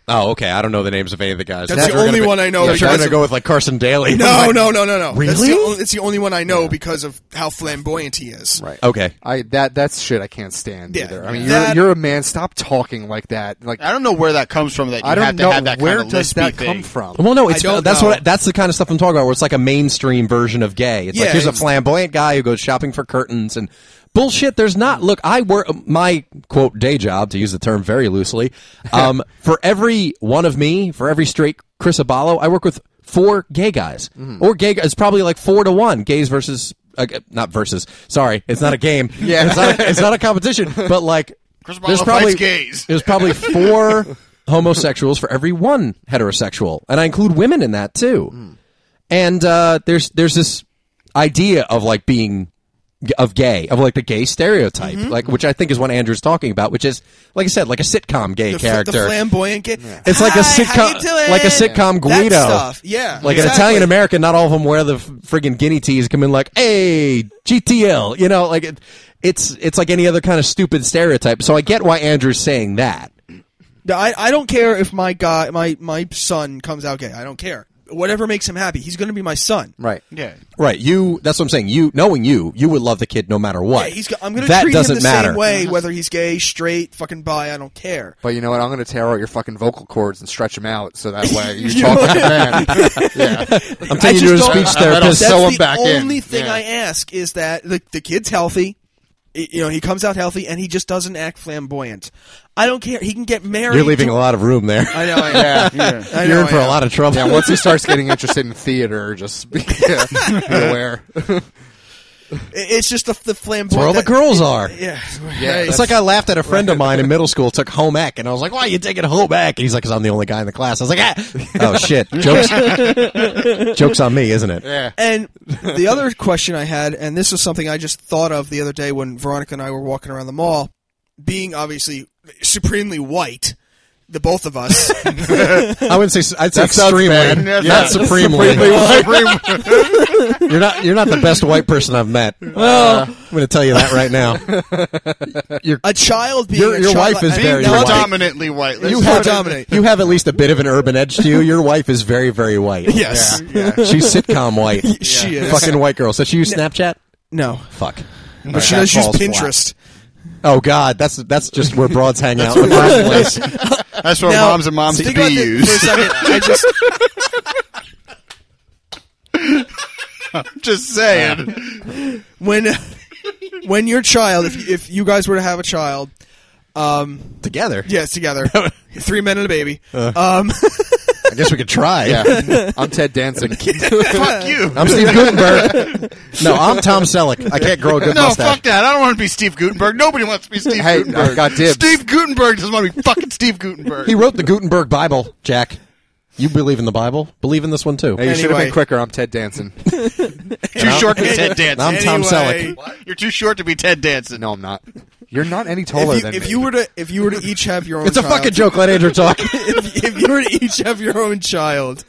Oh, okay. I don't know the names of any of the guys.
That's
I thought
the
you were gonna
only
be-
one I know
I thought you were
because
going to
of-
go with like Carson Daly.
No, no, no, no, no. That's the,
Really?
only, it's the only one I know because of how flamboyant he is.
Right.
Okay.
I that that's shit I can't stand
Yeah,
either. I mean,
that-
you're, you're a man. Stop talking like that. Like
I don't know where that comes from. That you
I don't
have to
know
have that
where
kind of
does
lispy
that
thing.
come from.
Well, no, it's uh,
I don't
that's
know.
what that's the kind of stuff I'm talking about. Where it's like a mainstream version of gay. It's like
Yeah,
here's a
it's-
flamboyant guy who goes shopping for curtains and bullshit. There's not. Look, I work my quote day job to use the term very loosely. Um, for every one of me, for every straight Chris Abalo, I work with four gay guys
Mm-hmm.
or gay. It's probably like four to one gays versus. Uh, not versus. Sorry, it's not a game. yeah, it's not. A, it's not a competition. But like,
Chris Abalo
there's
fights
probably
gays.
there's probably four homosexuals for every one heterosexual, and I include women in that too.
Hmm.
And uh, there's there's this idea of like being of gay of like the gay stereotype,
Mm-hmm.
like which I think is what Andrew's talking about, which is like I said, like a sitcom gay
the, fl-
character.
the flamboyant kid.
It's like a
Hi, how you
sitcom-
doing?
like a sitcom Guido.
That stuff. Yeah,
like an
exactly.
Italian American, not all of them wear the f- friggin' guinea tees. Come in like, hey, GTL, you know, like it, it's it's like any other kind of stupid stereotype. So I get why Andrew's saying that.
No, I, I don't care if my guy, my my son comes out gay. I don't care. Whatever makes him happy, he's going to be my son.
right.
Yeah.
Right, you. That's what I'm saying. You knowing you, you would love the kid no matter what.
Yeah, he's. go- I'm going to
That
treat him
doesn't
the
matter.
same way, whether he's gay, straight, fucking bi. I don't care.
But you know what? I'm going to tear out your fucking vocal cords and stretch them out so that way you talk like a man. yeah.
I'm taking
I
you to a
just
speech
don't-
therapist.
That'll
That's
sew
the
him back in.
only thing
Yeah.
I ask is that the, the kid's healthy. I- You know, he comes out healthy, and he just doesn't act flamboyant. I don't care. He can get married.
You're leaving
to-
a lot of room there.
I know. I am.
Yeah.
I know
You're in
I
for a
am.
lot of trouble.
Yeah, once he starts getting interested in theater, just be, yeah, be aware.
It- It's just the, the flamboyant.
That's where all the
that-
girls are.
Yeah.
Yeah,
Right.
It's like I laughed at a friend of mine in middle school, took home ec, and I was like, why are you taking home ec? And he's like, because I'm the only guy in the class. I was like, ah. oh, shit. Joke's, joke's on me, isn't it?
Yeah.
And the other question I had, and this was something I just thought of the other day when Veronica and I were walking around the mall, being obviously supremely white, the both of us.
I wouldn't say, I'd say
That sounds
extremely.
bad.
Yeah,
Not
that's-
supremely.
Supreme-
You're not, you're not the best white person I've met. Well, I'm going to tell you that right now.
a child being
Your-
a
your
child-
wife is
I-
very
Being
now-
white.
predominantly white. Let's-
You
Let's
have,
predominate.
you have at least a bit of an urban edge to you. Your wife is very, very white.
Yes,
She's sitcom white.
she is.
Fucking white girl. So she use Snapchat?
no,
Fuck.
but she
that
does use
falls flat.
Pinterest.
Oh God, that's that's just where broads hang out in the first place.
That's what
Now,
moms and moms
think
be
about that
use.
For a second, I just
Just saying.
when when your child, if if you guys were to have a child, um,
together.
yes, together, three men and a baby,
Uh,
um,
I guess we could try.
Yeah, I'm Ted Danson.
fuck you.
I'm Steve Gutenberg. no, I'm Tom Selleck. I can't grow a good
No,
mustache.
fuck that. I don't want to be Steve Gutenberg. Nobody wants to be Steve
Hey,
Gutenberg.
I got dibs.
Steve Gutenberg doesn't want to be fucking Steve Gutenberg.
He wrote the Gutenberg Bible, Jack. You believe in the Bible? Believe in this one too.
Hey, you should have
Anyway.
been quicker. I'm Ted Danson.
too short to be Ted Danson.
I'm Tom
Anyway,
Selleck.
You're too short to be Ted Danson.
No, I'm not. You're not any taller
if you,
than
if
me.
you were to if you were to each have your own,
It's a
child-
fucking joke. Let Andrew talk.
if, if you were to each have your own child,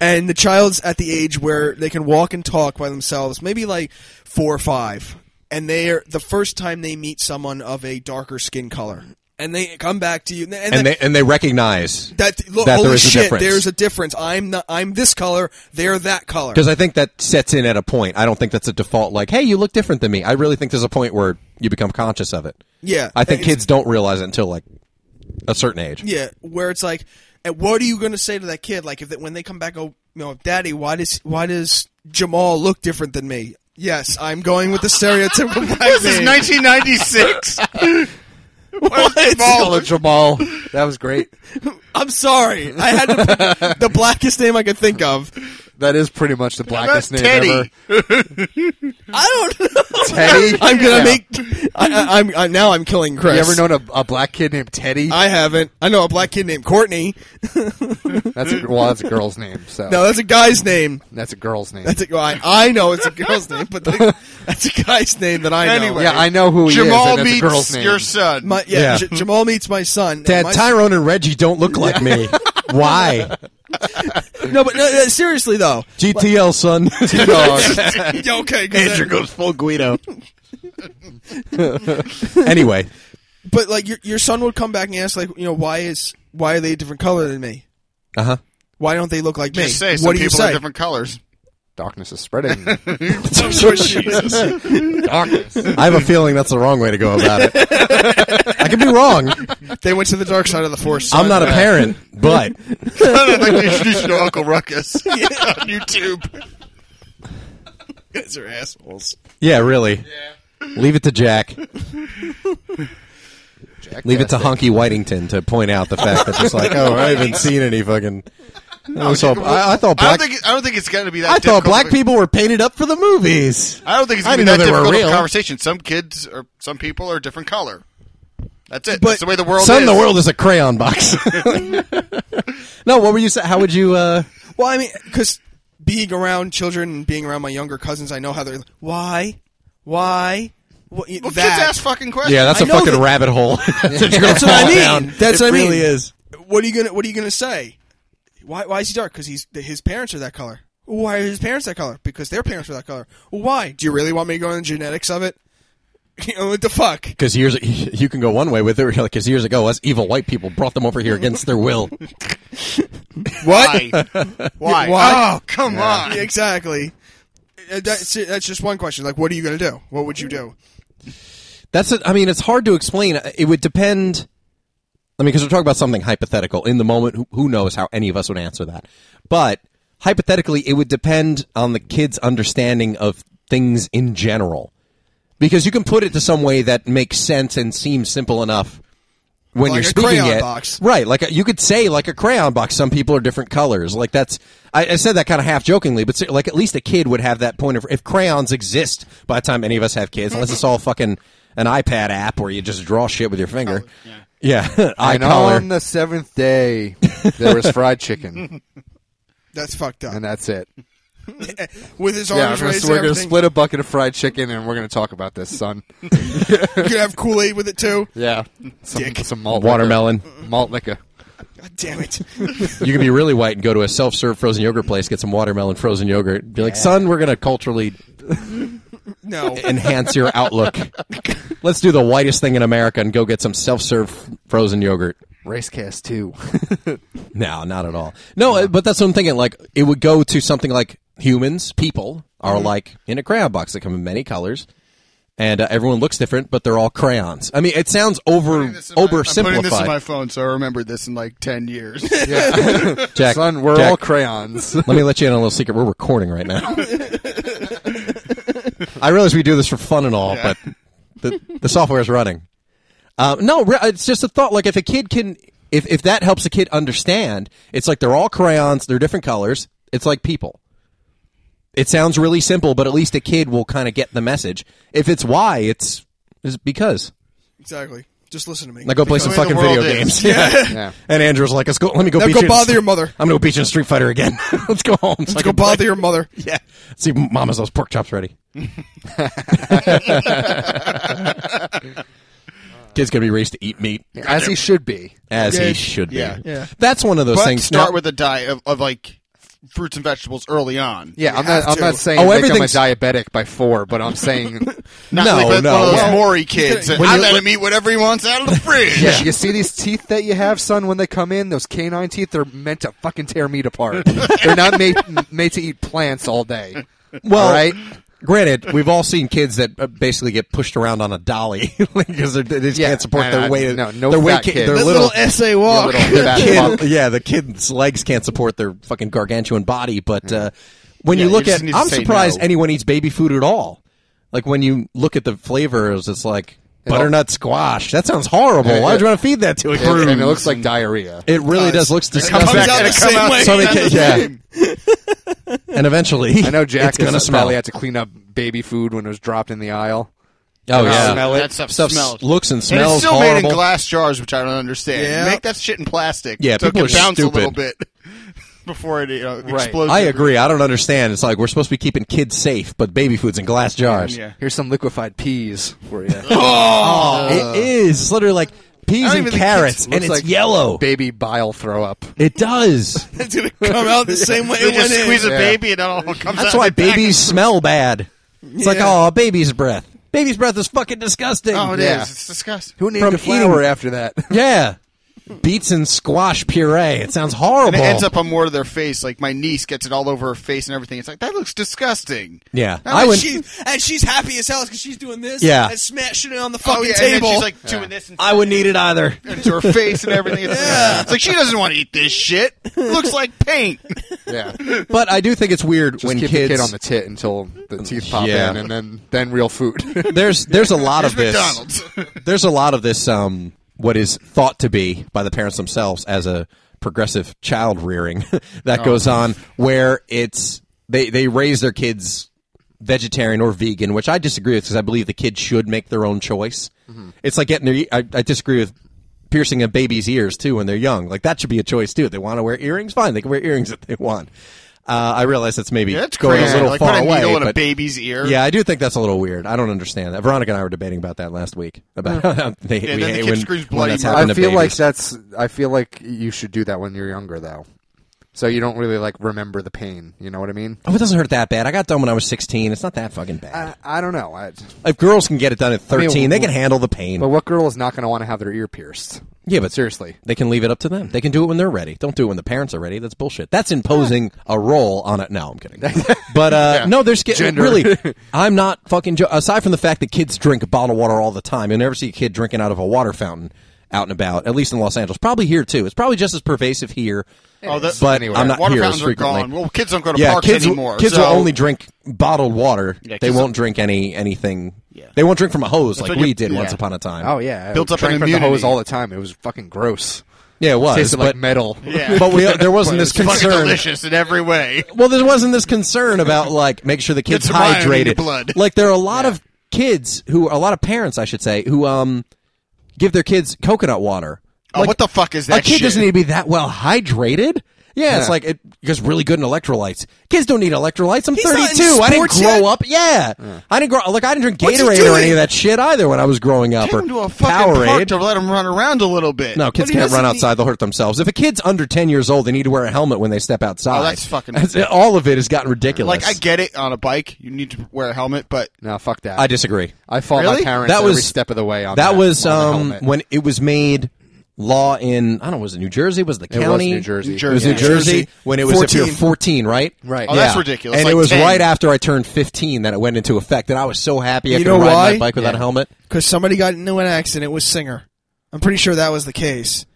and the child's at the age where they can walk and talk by themselves, maybe like four or five, and they're the first time they meet someone of a darker skin color, and they come back to you, and,
and they and they recognize
that look,
that
holy
there is a
shit,
difference.
there's a difference. I'm not, I'm this color, they're that color.
because I think that sets in at a point. I don't think that's a default. Like, hey, you look different than me. I really think there's a point where you become conscious of it.
Yeah,
I think
it's-
kids don't realize it until like a certain age.
Yeah, where it's like, and what are you going to say to that kid? Like, if when they come back, oh, you know, Daddy, why does why does Jamal look different than me? Yes, I'm going with the stereotypical black
This is
man.
1996.
What?
Hello, Jamal. That was great.
I'm sorry, I had to pick the blackest name I could think of.
That is pretty much the blackest name ever.
Teddy.
I don't know.
Teddy.
I'm gonna
Yeah.
make. I, I, I'm I, now I'm killing Chris.
You ever known a, a black kid named Teddy?
I haven't. I know a black kid named Courtney.
That's a, well, that's a girl's name. So
No, that's a guy's name.
that's a girl's name.
That's a guy. I know it's a girl's name, but the, that's a guy's name that I know.
Anyway.
Oh, yeah, I know who he
Jamal
is. And that's a girl's
meets
name.
your son.
My, yeah,
Yeah.
J- Jamal meets my son. and
Dad,
my
Tyrone and Reggie don't look like me. Why?
No, but no, no, seriously though.
GTL son.
Dog.
Yeah, okay, 'cause that-
goes full Guido.
anyway,
but like your your son would come back and ask like, you know, why is why are they a different color than me?
uh huh.
Why don't they look like me?
Just say some
what do you
people
say? Oh,
are different colors.
Darkness is spreading.
Jesus.
Darkness.
I have a feeling that's the wrong way to go about it. I could be wrong.
They went to the dark side of the force.
I'm not a parent, but
I'd like to introduce you to Uncle Ruckus on YouTube.
You guys are assholes.
yeah, really. Leave it to Jack. Leave it to Honky Whitington to point out the fact that it's like, oh, I haven't seen any fucking. I, saw, I, I thought
I don't
black.
think I don't think it's going to be that.
I thought
difficult.
black people were painted up for the movies.
I don't think it's
I
going to be
didn't
that
know they were
difficult of a
real.
conversation. Some kids or some people are a different color. That's it.
But-
That's the way the world
Son,
is.
the world is a crayon box. no, what were you? sa- How would you? uh
Well, I mean, because being around children and being around my younger cousins, I know how they're. Why? Why? What,
Well,
that.
kids ask fucking questions.
Yeah, that's
I
a
know
fucking
that-
rabbit hole. that's what
That's what I mean. That's
it
what I mean.
Really is.
what are you gonna What are you gonna say? Why Why is he dark? Because he's his parents are that color. Why are his parents that color? Because their parents are that color. Why? Do you really want me to go into the genetics of it? You know, what the fuck?
Because years you can go one way with it, because years ago us evil white people brought them over here against their will.
Why? Why?
Why?
Oh, come on.
Exactly. Uh, That's that's just one question. Like, what are you gonna do? What would you do?
That's it. I mean, it's hard to explain. It would depend. I mean, because we're talking about something hypothetical in the moment. Who, who knows how any of us would answer that? But hypothetically, it would depend on the kid's understanding of things in general, because you can put it to some way that makes sense and seems simple enough when
Like
you're
a
speaking
crayon
it.
box.
Right, like a, you could say like a crayon box. Some people are different colors. Like that's I, I said that kind of half jokingly, but se- like at least a kid would have that point of if crayons exist by the time any of us have kids, unless it's all fucking an iPad app where you just draw shit with your finger. yeah, eye
And
color.
on the seventh day, there was fried chicken,
That's fucked up.
and that's it.
With his
Yeah,
arms
we're gonna,
raised, and
we're gonna
everything.
split a bucket of fried chicken, and we're gonna talk about this, son.
You could have Kool Aid with it too.
Yeah, some,
Dick.
some malt
Watermelon.
liquor. malt liquor.
God damn it!
You can be really white and go to a self-serve frozen yogurt place, get some watermelon frozen yogurt. Be like, son, we're gonna culturally
No.
enhance your outlook. Let's do the whitest thing in America and go get some self-serve frozen yogurt.
Racecast two.
No, not at all. No, uh, but that's what I'm thinking. Like, it would go to something like humans, people
Mm-hmm.
are like in a crayon box that come in many colors, and uh, everyone looks different, but they're all crayons. I mean, it sounds over
This is my- I'm putting this in my
oversimplified.
phone, so I remember this in like ten years.
Jack,
Son, we're
Jack,
all crayons.
let me let you in on a little secret. We're recording right now. I realize we do this for fun and all,
Yeah.
but The, the software is running. Um, no, re- it's just a thought. Like if a kid can, if if that helps a kid understand, it's like they're all crayons, they're different colors. It's like people. It sounds really simple, but at least a kid will kind of get the message. If it's why, it's, it's because.
Exactly. Just listen to me.
Now go play some
Because- The
fucking
way the
video
world
games.
is.
Yeah.
Yeah.
And Andrew's like, let's go. Let me go.
Now
beat
go
you in
bother
St-
your mother.
I'm gonna go beat you in Street Fighter again. let's go home.
Let's go bother your mother.
Yeah. See, mom has those pork chops ready. Kid's gonna be raised to eat meat
As he should be.
as he
Good.
should be.
Yeah.
Yeah.
That's one of those
But
things.
start
Now-
with a diet of, of like f- fruits and vegetables early on.
Yeah, I'm
have
not. I'm
to.
not saying
Oh,
oh, I'm a
everything's-
diabetic by four, but I'm saying
Not
No,
like
no,
one of those
yeah.
Maury kids. that
When
I
you-
let him eat whatever he wants out of the fridge.
Yeah, you see these teeth that you have, son, when they come in, those canine teeth, they're meant to fucking tear meat apart. they're not made made to eat plants all day.
well,
all right?
Granted, we've all seen kids that uh, basically get pushed around on a dolly because they're- they just
Yeah.
can't support
I-
their
I-
weight.
no, no
their weight.
fat
ca-
kid.
Their
That
That
little,
little essay walk.
Your little fat fuck.
kid, yeah, the kid's legs can't support their fucking gargantuan body. But uh, when
Yeah,
you
you
look
just
at,
need to
I'm
say
surprised
no.
anyone eats baby food at all. Like when you look at the flavors, it's like butternut squash. That sounds horrible.
Yeah,
Why would
yeah.
you want to feed that to a
And,
kid?
and it looks like diarrhea.
It really does.
does.
Looks
It comes
disgusting.
back
out
and
the
it comes
same
out
way.
so they
That's
can- yeah.
the same. and eventually,
I know Jack
it's gonna
has
smell.
probably had to clean up baby food when it was dropped in the aisle.
Oh yeah,
smell it. That stuff
Stuff
smells.
looks and
And
smells
it's still
horrible.
made in glass jars, which I don't understand.
Yeah.
Make that shit in plastic.
Yeah,
so it
people
can
are
bounce a little
stupid.
bit before it you know, explodes.
I agree. I don't understand. It's like we're supposed to be keeping kids safe, but baby food's in glass jars.
Yeah.
Here's some liquefied peas for you.
it is. It's literally like peas
don't
and
even think
carrots,
kids-
and it's
like
yellow.
Baby bile throw up.
It does.
It's gonna come out the same way
You
it went
just squeeze
in.
a
Yeah.
baby and it all comes
That's
out.
why
the back.
babies smell bad. It's like
Yeah.
oh, baby's breath. Baby's breath is fucking disgusting.
Oh, it is.
Yeah.
It's disgusting.
Who named
From
a flower
eating-
after that?
yeah. Beets and squash puree. It sounds
And
horrible.
it ends up on more of their face. Like my niece gets it all over her face and everything. It's like that looks disgusting.
yeah.
I
I
mean,
would.
She, and she's happy as hell because she's doing this.
Yeah.
And smashing it on the
Oh
fucking
yeah, and
table.
then she's like doing this and
I wouldn't eat it either.
into her face and everything. It's, it's like she doesn't want to eat this shit. It looks like paint.
yeah.
But I do think it's weird when
Just keep
kids
the kid on the tit until the teeth pop
Yeah.
in, and then then real food.
there's there's a lot
Here's
of this.
McDonald's.
There's a lot of this. Um, what is thought to be by the parents themselves as a progressive child rearing
Oh.
that goes on, where it's they they raise their kids vegetarian or vegan, which I disagree with because I believe the kids should make their own choice.
Mm-hmm.
It's like getting their. I, I disagree with piercing a baby's ears too when they're young. Like that should be a choice too. If they want to wear earrings, fine, they can wear earrings if they want. Uh, I realize that's maybe
Yeah, that's
going
crazy.
a little
like
far
put a
away.
needle in a
but-
baby's ear.
yeah, I do think that's a little weird. I don't understand that. Veronica and I were debating about that last week. About they,
Yeah, then
we
the
hate
kid
when,
screams
when
bloody
that's
murder.
happened
I
to
feel like
babies.
that's. I feel like you should do that when you're younger, though. So you don't really like remember the pain. You know what I mean?
Oh, it doesn't hurt that bad. I got done when I was 16. It's not that fucking bad.
I, I don't know. I,
if girls can get it done at 13, they
w-
can handle the pain.
but what girl is not going to want to have their ear pierced?
yeah, but
Seriously,
they can leave it up to them. They can do it when they're ready. Don't do it when the parents are ready. That's bullshit. That's imposing a role on it. No, I'm kidding. But uh, no, there's ki-
Gender.
really. I'm not fucking. Jo- aside from the fact that kids drink bottled water all the time, you'll never see a kid drinking out of a water fountain out and about. At least in Los Angeles, probably here too. It's probably just as pervasive here.
Oh, that-
but
Anywhere.
I'm not
water
here as
fountains are
frequently.
gone. Well, kids don't go to
yeah,
parks
kids,
anymore.
kids
so
will only drink bottled water.
Yeah,
they
kids
won't drink any anything.
Yeah.
They won't drink from a hose like
what
we
you-
did once
yeah.
upon a time.
oh yeah, I
Built up
drank
an
from the hose
immunity.
all the time. It was fucking gross.
yeah, it was.
Tasted
But,
like metal.
Yeah.
but we, there wasn't this
It's fucking
concern.
delicious in every way.
Well, there wasn't this concern about like make sure the kids
Get some iron in your
hydrated.
blood.
Like there are a lot of kids who, a lot of parents, I should say, who um give their kids coconut water.
Oh,
Like,
what the fuck is
a
that?
kid
shit?
doesn't need to be that well hydrated. Yeah, it's
Yeah.
like it goes really good in electrolytes. Kids don't need electrolytes. I'm
He's not in
32. I didn't
sports
grow
yet.
up. Yeah. I didn't grow. Like I didn't drink
What's he
Gatorade or
doing?
any of that shit either when I was growing up.
Take
Or
him to a fucking park
Powerade.
to let him run around a little bit.
No, kids
But he
can't run
doesn't
outside. They'll hurt themselves. If a kid's under 10 years old, they need to wear a helmet when they step outside.
Oh, that's fucking-
All of it has gotten ridiculous.
like I get it on a bike, you need to wear a helmet, but
No, fuck that.
I disagree.
I fought my
Really?
parents
That
every
was-
step of the way on
that was
on the
um,
helmet.
when it was made law in, I don't know, was it New Jersey? Was it the
it was
county?
New Jersey.
New
It was
Jersey.
New Jersey when it was if you're
14.
14, right?
Right.
Oh, that's ridiculous.
And
Like
it was
10.
right after I turned 15 that it went into effect. And I was so happy I
You
could
know
ride my
why?
bike without a helmet.
Because somebody got into an accident with Singer. I'm pretty sure that was the case.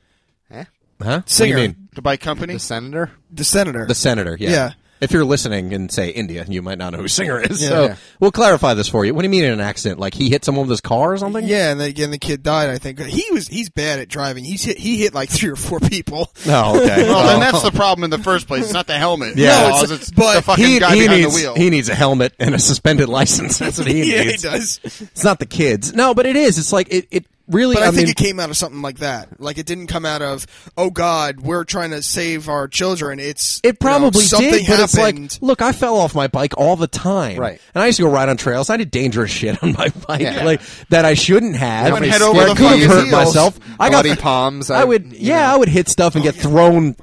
Huh? What do you
Singer.
mean?
the bike company.
The senator.
The senator.
The senator, yeah.
yeah.
If you're listening in, say, India, you might not know who Singer is.
Yeah,
so
yeah.
we'll clarify this for you. What do you mean in an accident? Like he hit someone with his car or something?
Yeah, and again, the kid died. I think he was he's bad at driving. He's hit he hit like three or four people.
No, okay.
Well, then that's the problem in the first place. It's not the helmet.
Yeah.
No, Oh, it's,
it's-
it's
but
the fucking
he,
guy
he
behind
needs,
the wheel.
he needs a helmet and a suspended license. That's what he
yeah, he
needs.
does.
It's not the kids. No, but it is. It's like it, it really
But I,
I,
think
mean,
it came out of something like that. Like it didn't come out of oh God, we're trying to save our children. It's you know,
It probably
something
did, but it's like,
happened.
look, I fell off my bike all the time,
Right.
And I used to go ride on trails. I did dangerous shit on my bike,
Yeah.
like that I shouldn't have.
went
I
head over the
could have
fucking
hurt
heels.
myself. I got
Bloody palms.
I,
I-
would,
you
yeah,
know.
I would hit stuff and get thrown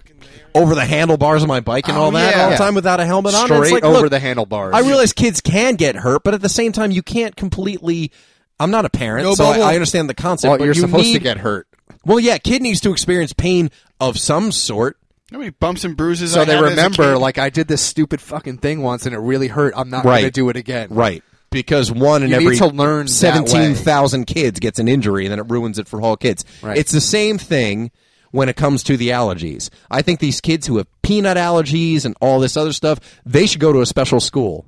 over the handlebars of my bike and all that
yeah.
all the
Oh, Yeah.
time without a helmet on. And it's
Straight
like,
over
look,
the handlebars.
I realize kids can get hurt, but at the same time, you can't completely. I'm not a parent,
No,
so
but
I,
well-
I understand the concept.
Well,
but
you're
you
supposed to
need-
get hurt.
Well, yeah, kid needs to experience pain of some sort.
How many bumps and bruises?
So
I
they
had as a kid?
remember, like, I did this stupid fucking thing once and it really hurt. I'm not
Right.
going to do it again.
Right. Because one in
You need
every
to learn that
seventeen thousand kids gets an injury, and then it ruins it for all kids.
Right.
It's the same thing when it comes to the allergies. I think these kids who have peanut allergies and all this other stuff, they should go to a special school.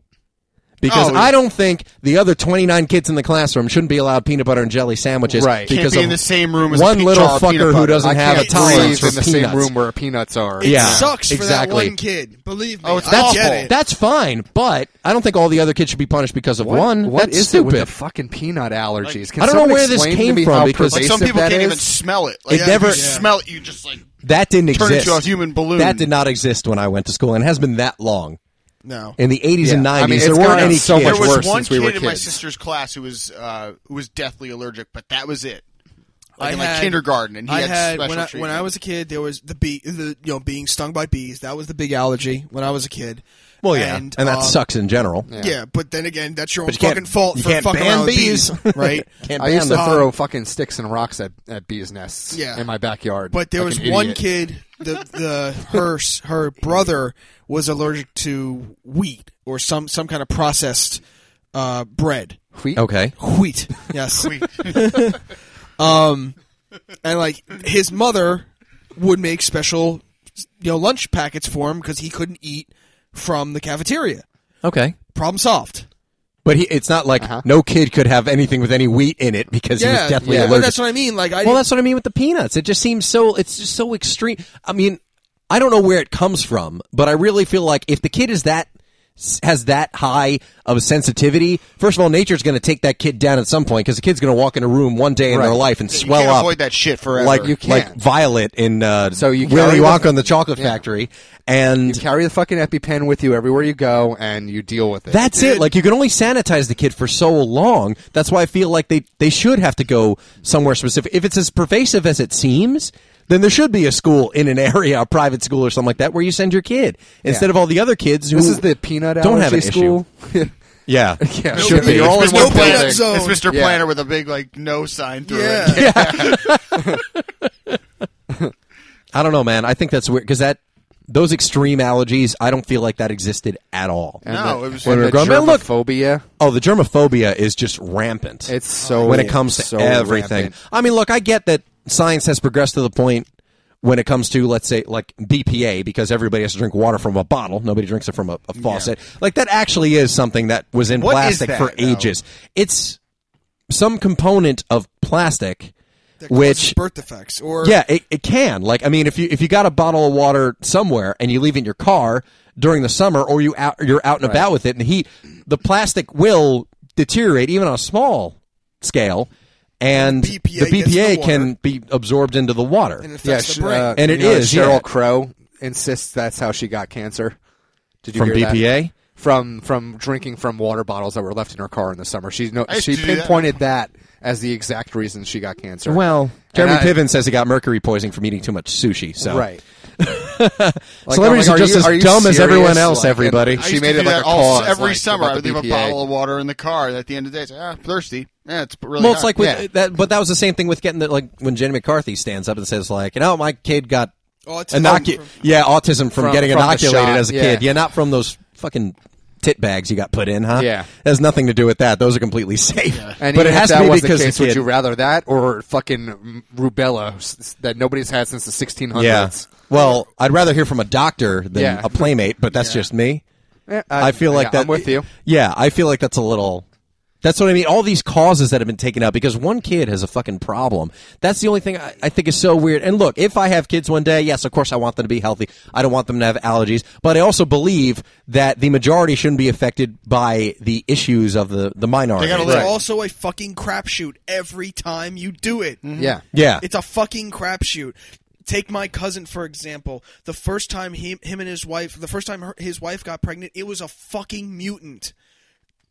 Because
Oh,
I don't think the other twenty nine kids in the classroom shouldn't be allowed peanut butter and jelly sandwiches.
Right. Can't
Because
be
of
in the same room as a
one
pe-
little
jar of peanut
fucker who
butter.
doesn't
I
have a
can't
tolerance
breathe
for
in the
peanuts.
same room where peanuts are.
It
Yeah,
sucks for
exactly.
that one kid. Believe me,
Oh, it's
I
awful.
get it.
That's fine, but I don't think all the other kids should be punished because of
What-
one.
what
That's
is
stupid.
it with the fucking peanut allergies? Can
I don't know
someone
where this
explain to
came
me
from
how
because-
Like some
pervasive
people
that
can't even
is?
smell it. Like,
It never-
You smell it. You just like
That didn't
Turn
exist.
into a human balloon.
That did not exist when I went to school, and it has been that long.
no.
In the 80s and
Yeah.
90s,
I mean, it's
there
gone
weren't any
so
kids.
much
there was
worse
one
since
kid
we were
in my
kids.
sister's class who was uh, who was deathly allergic, but that was it. Like
I
in like
had-
kindergarten, and he
I
had,
had
special
when I, when
treatment.
I was a kid, there was the bee, the you know, being stung by bees. That was the big allergy when I was a kid.
Well, Oh, yeah, and, that
um,
sucks in general.
Yeah. but then again, that's your own
But you can't-
fucking fault
you
for
can't
fucking
ban
around with
bees.
bees, right?
Can't
I
ban
used to
them.
throw fucking sticks and rocks at, at bees' nests
Yeah.
in my backyard.
But there
like
was
an
one
idiot.
kid. The the her s- her brother was allergic to wheat or some some kind of processed uh, bread.
Wheat?
Okay.
Wheat, yes.
Wait,
Um, and like his mother would make special you know lunch packets for him because he couldn't eat from the cafeteria.
Okay.
Problem solved.
But he, it's not like no kid could have anything with any wheat in it because he was deathly
yeah. But
allergic.
that's what I mean. Like I
well, that's what I mean with the peanuts. It just seems so. It's just so extreme. I mean, I don't know where it comes from, but I really feel like if the kid is that has that high of a sensitivity, first of all, nature's going to take that kid down at some point because the kid's going to walk in a room one day in
Right.
their life and
you
swell
can't
up
avoid that shit forever.
like
You can't.
like Violet in uh,
So you
Willy
carry the-
Wonka in the Chocolate Factory, and
Carry the fucking EpiPen with you everywhere you go, and you deal with it.
That's it. Like you can only sanitize the kid for so long. That's why I feel like they they should have to go somewhere specific. If it's as pervasive as it seems, then there should be a school in an area, a private school or something like that, where you send your kid instead
Yeah.
of all the other kids who
this is the peanut allergy
don't have an
school.
Issue. Yeah,
Yeah,
It should
It's
be.
You're all in
Mr.
one
Planner-
building.
zone.
It's Mr.
Yeah.
Planner with a big like no sign through
Yeah.
it. Yeah.
I don't know, man. I think that's weird because that those extreme allergies, I don't feel like that existed at all.
And
No,
the,
it was-
and
When we
the
were growing- Man, look-
germophobia.
Oh, the germophobia is just rampant.
It's so
when it comes to
so
everything.
rampant.
I mean, look, I get that science has progressed to the point when it comes to let's say like BPA because everybody has to drink water from a bottle. Nobody drinks it from a, a faucet. Like that actually is something that was in
What is
plastic
that,
for
though?
ages. It's some component of plastic
that causes
which
birth defects or
yeah, it, it can. Like, I mean, if you if you got a bottle of water somewhere and you leave it in your car during the summer, or you out you're out and about with it in the heat, the plastic will deteriorate even on a small scale, and
The
the
BPA gets in the
BPA
water.
can be absorbed into the water.
and
Yeah,
affects
sh-
the brain.
uh,
And it
you know,
is,
Cheryl
yeah.
Crow insists that's how she got cancer. Did you
From
hear that?
BPA?
From from drinking from water bottles that were left in her car in the summer. She no,
I used
she
to do that.
pinpointed that. as the exact reason she got cancer.
Well, Jeremy
And I-
Piven says he got mercury poisoning from eating too much sushi. So
right. Like,
Celebrities
I'm
are
like,
just
you-
as
you
dumb as
serious?
everyone else,
and
everybody.
I
She
used
made
to
it
do
like
that
a
all
cause,
every
like,
summer.
about
I
the
would leave a
BPA.
bottle of water in the car. and At the end of the day, it's, ah, thirsty. Yeah, it's really.
Well, it's
not-
like with
Yeah.
that, but that was the same thing with getting the like when Jenny McCarthy stands up and says like, you know, my kid got
Autism
inocu-
from-
yeah, autism from,
Oh, From-
getting
from the
inoculated
shot,
as a
yeah.
kid. Yeah, not from those fucking tit bags you got put in, huh?
Yeah.
It has nothing to do with that. Those are completely safe.
And
but
even
it has
if that
to be
was
because
the case,
the
would
kid-
you rather that or fucking mm, rubella s- s- that nobody's had since the 1600s?
Yeah. Well, I'd rather hear from a doctor than
Yeah.
a playmate, but that's just me.
Yeah,
I feel like
yeah,
that.
I'm with you.
Yeah, I feel like that's a little. That's what I mean. All these causes that have been taken out because one kid has a fucking problem. That's the only thing I, I think is so weird. And look, if I have kids one day, yes, of course I want them to be healthy. I don't want them to have allergies. But I also believe that the majority shouldn't be affected by the issues of the, the minority.
gotta
It's
Right.
also a fucking crapshoot every time you do it.
Mm.
Mm-hmm.
Yeah.
Yeah.
It's a fucking crapshoot. Take my cousin for example. The first time he, him and his wife, the first time her, his wife got pregnant, it was a fucking mutant.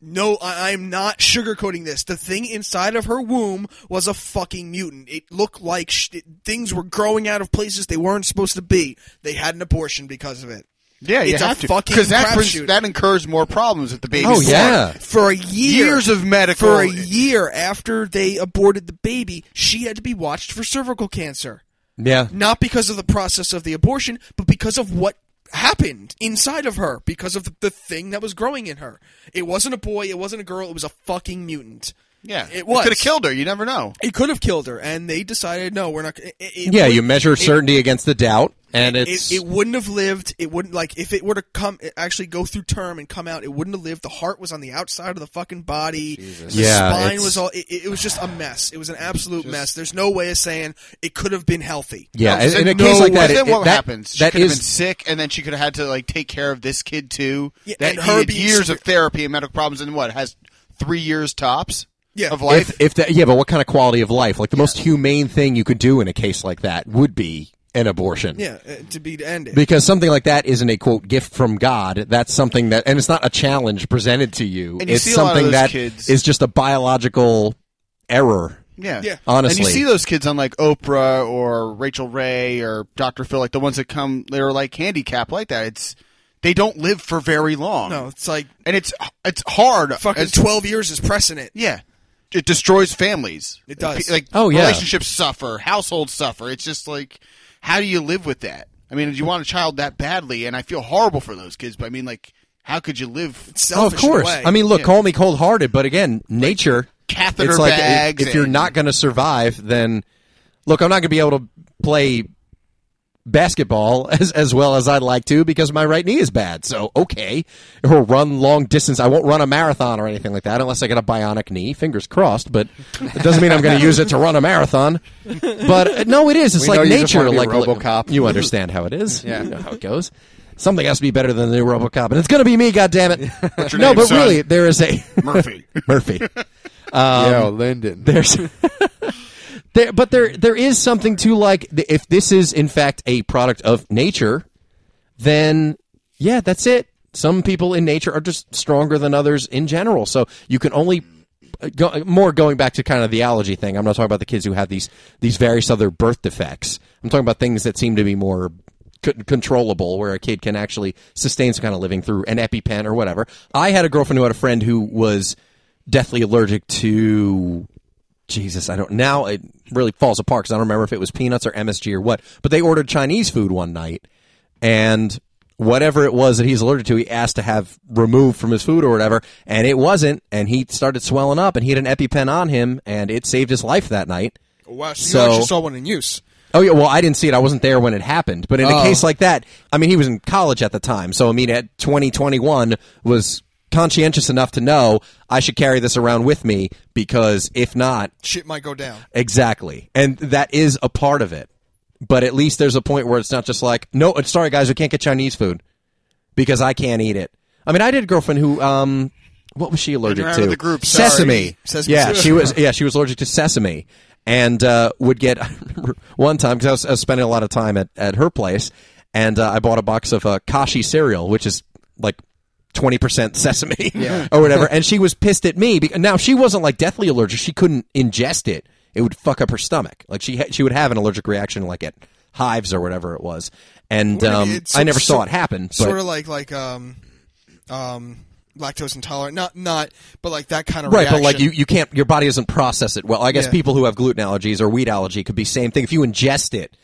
No, I, I'm not sugarcoating this. The thing inside of her womb was a fucking mutant. It looked like sh- it, things were growing out of places they weren't supposed to be. They had an abortion because of it.
Yeah, you
It's a
have to
fucking
because that brings-
crapshoot.
that incurs more problems with the baby.
Oh, yeah.
For a year,
years of medical.
for a year after they aborted the baby, she had to be watched for cervical cancer.
yeah.
Not because of the process of the abortion, but because of what happened inside of her, because of the, the thing that was growing in her. It wasn't a boy, it wasn't a girl, it was a fucking mutant.
yeah,
It was.
could have killed her. You never know.
It could have killed her, and they decided, no, we're not. It, it,
Yeah.
it-
You measure
it-
certainty against the doubt, and
it,
it's.
it wouldn't have lived. It wouldn't like if it were to come actually go through term and come out. It wouldn't have lived. The heart was on the outside of the fucking body. The
Yeah,
spine
it's-
was all. It, it was just a mess. It was an absolute mess. There's no way of saying it could have been healthy.
yeah,
And
in a
no
case like
way.
that,
then
it-
what
that-
happens? She
that
could have
is-
been sick, and then she could have had to like take care of this kid too.
Yeah,
that
and her
needed
being
years
severe-
of therapy and medical problems, and what has three years tops
Yeah.
of life.
If, if that, yeah, but what kind of quality of life? Like the most humane thing you could do in a case like that would be an abortion.
Yeah, uh, to be ended.
Because something like that isn't a quote gift from God. That's something that, and it's not a challenge presented to you.
And you
it's
see a lot of
something
those
that is
kids-
just a biological error.
yeah.
Yeah.
And
Honestly.
you see those kids on like Oprah or Rachel Ray or Dr. Phil, like the ones that come, they're like handicapped like that. It's they don't live for very long.
no, it's like
and it's it's hard.
fucking
It's-
twelve years is precedent.
Yeah, it destroys families.
It does.
Like
Oh, yeah.
relationships suffer, households suffer. It's just like how do you live with that? I mean, you want a child that badly, and I feel horrible for those kids. But I mean, like, how could you live?
Oh, of
Selfish in a
course.
way.
I mean, look,
Yeah.
call me cold hearted, but again, nature.
Catheter
it's like
bags
If, if you're
and-
not going to survive, then look, I'm not going to be able to play basketball as, as well as I'd like to because my right knee is bad. So, okay. Or run long distance. I won't run a marathon or anything like that unless I get a bionic knee. Fingers crossed, but it doesn't mean I'm going to use it to run a marathon. But uh, no, it is. It's
We know
like
you just
nature.
wanna be
like
RoboCop.
You understand how it is.
Yeah.
You know how it goes. Something has to be better than the new RoboCop, and it's going to be me. God damn it!
your
no,
name,
but
son?
really, there is a
Murphy.
Murphy. Um,
Yo, Lyndon.
There's there, but there there is something to like th- if this is in fact a product of nature, then yeah, that's it. Some people in nature are just stronger than others in general, so you can only. uh, Go, more going back to kind of the allergy thing. I'm not talking about the kids who have these these various other birth defects. I'm talking about things that seem to be more c- controllable, where a kid can actually sustain some kind of living through an EpiPen or whatever. I had a girlfriend who had a friend who was deathly allergic to Jesus, I don't. Now it really falls apart because I don't remember if it was peanuts or MSG or what. But they ordered Chinese food one night, and whatever it was that he's allergic to, he asked to have removed from his food or whatever, and it wasn't. And he started swelling up, and he had an EpiPen on him, and it saved his life that night.
wow, so,
So-
you actually saw one in use.
Oh yeah, well I didn't see it. I wasn't there when it happened. But in a case like that, I mean he was in college at the time, so I mean at twenty twenty one was conscientious enough to know I should carry this around with me because if not,
Shit might go down.
Exactly. And that is a part of it. But at least there's a point where it's not just like, no, uh, sorry guys, we can't get Chinese food because I can't eat it. I mean, I did a girlfriend who, um, what was she allergic
You're out
to?
of the group, sorry.
sesame.
Sesame
yeah,
seed.
she was. Yeah, she was allergic to sesame, and uh, would get. I remember one time because I was, I was spending a lot of time at, at her place, and uh, I bought a box of uh, Kashi cereal, which is like twenty percent sesame or whatever. And she was pissed at me. Because, now she wasn't like deathly allergic; she couldn't ingest it. It would fuck up her stomach. Like she ha- she would have an allergic reaction, like at hives or whatever it was. And
What if
um,
it's
I never
so-
saw it happen. But
sort of like like um um lactose intolerant not not but like that kind of
Right,
reaction.
but like you, you can't your body doesn't process it well. I guess
Yeah.
people who have gluten allergies or wheat allergy could be same thing. If you ingest it,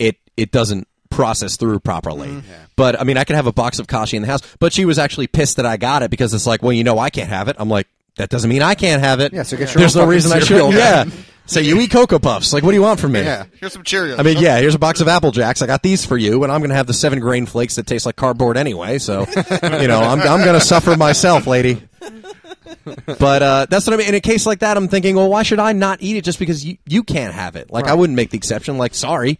it it doesn't processed through properly.
Mm-hmm.
But I mean, I could have a box of kashi in the house, but she was actually pissed that I got it because it's like, well, you know, I can't have it. I'm like, that doesn't mean I can't have it.
Yeah, so get your
There's
own
no
fucking
reason I
cereal
should. Yeah.
then.
Say you eat cocoa puffs. Like, what do you want from me?
Yeah.
Here's some Cheerios.
I mean, yeah, here's a box of Apple Jacks. I got these for you, and I'm going to have the seven grain flakes that taste like cardboard anyway. So, you know, I'm, I'm going to suffer myself, lady. But uh, that's what I mean. In a case like that, I'm thinking, well, why should I not eat it just because you, you can't have it? Like, I wouldn't make the exception. Like, sorry,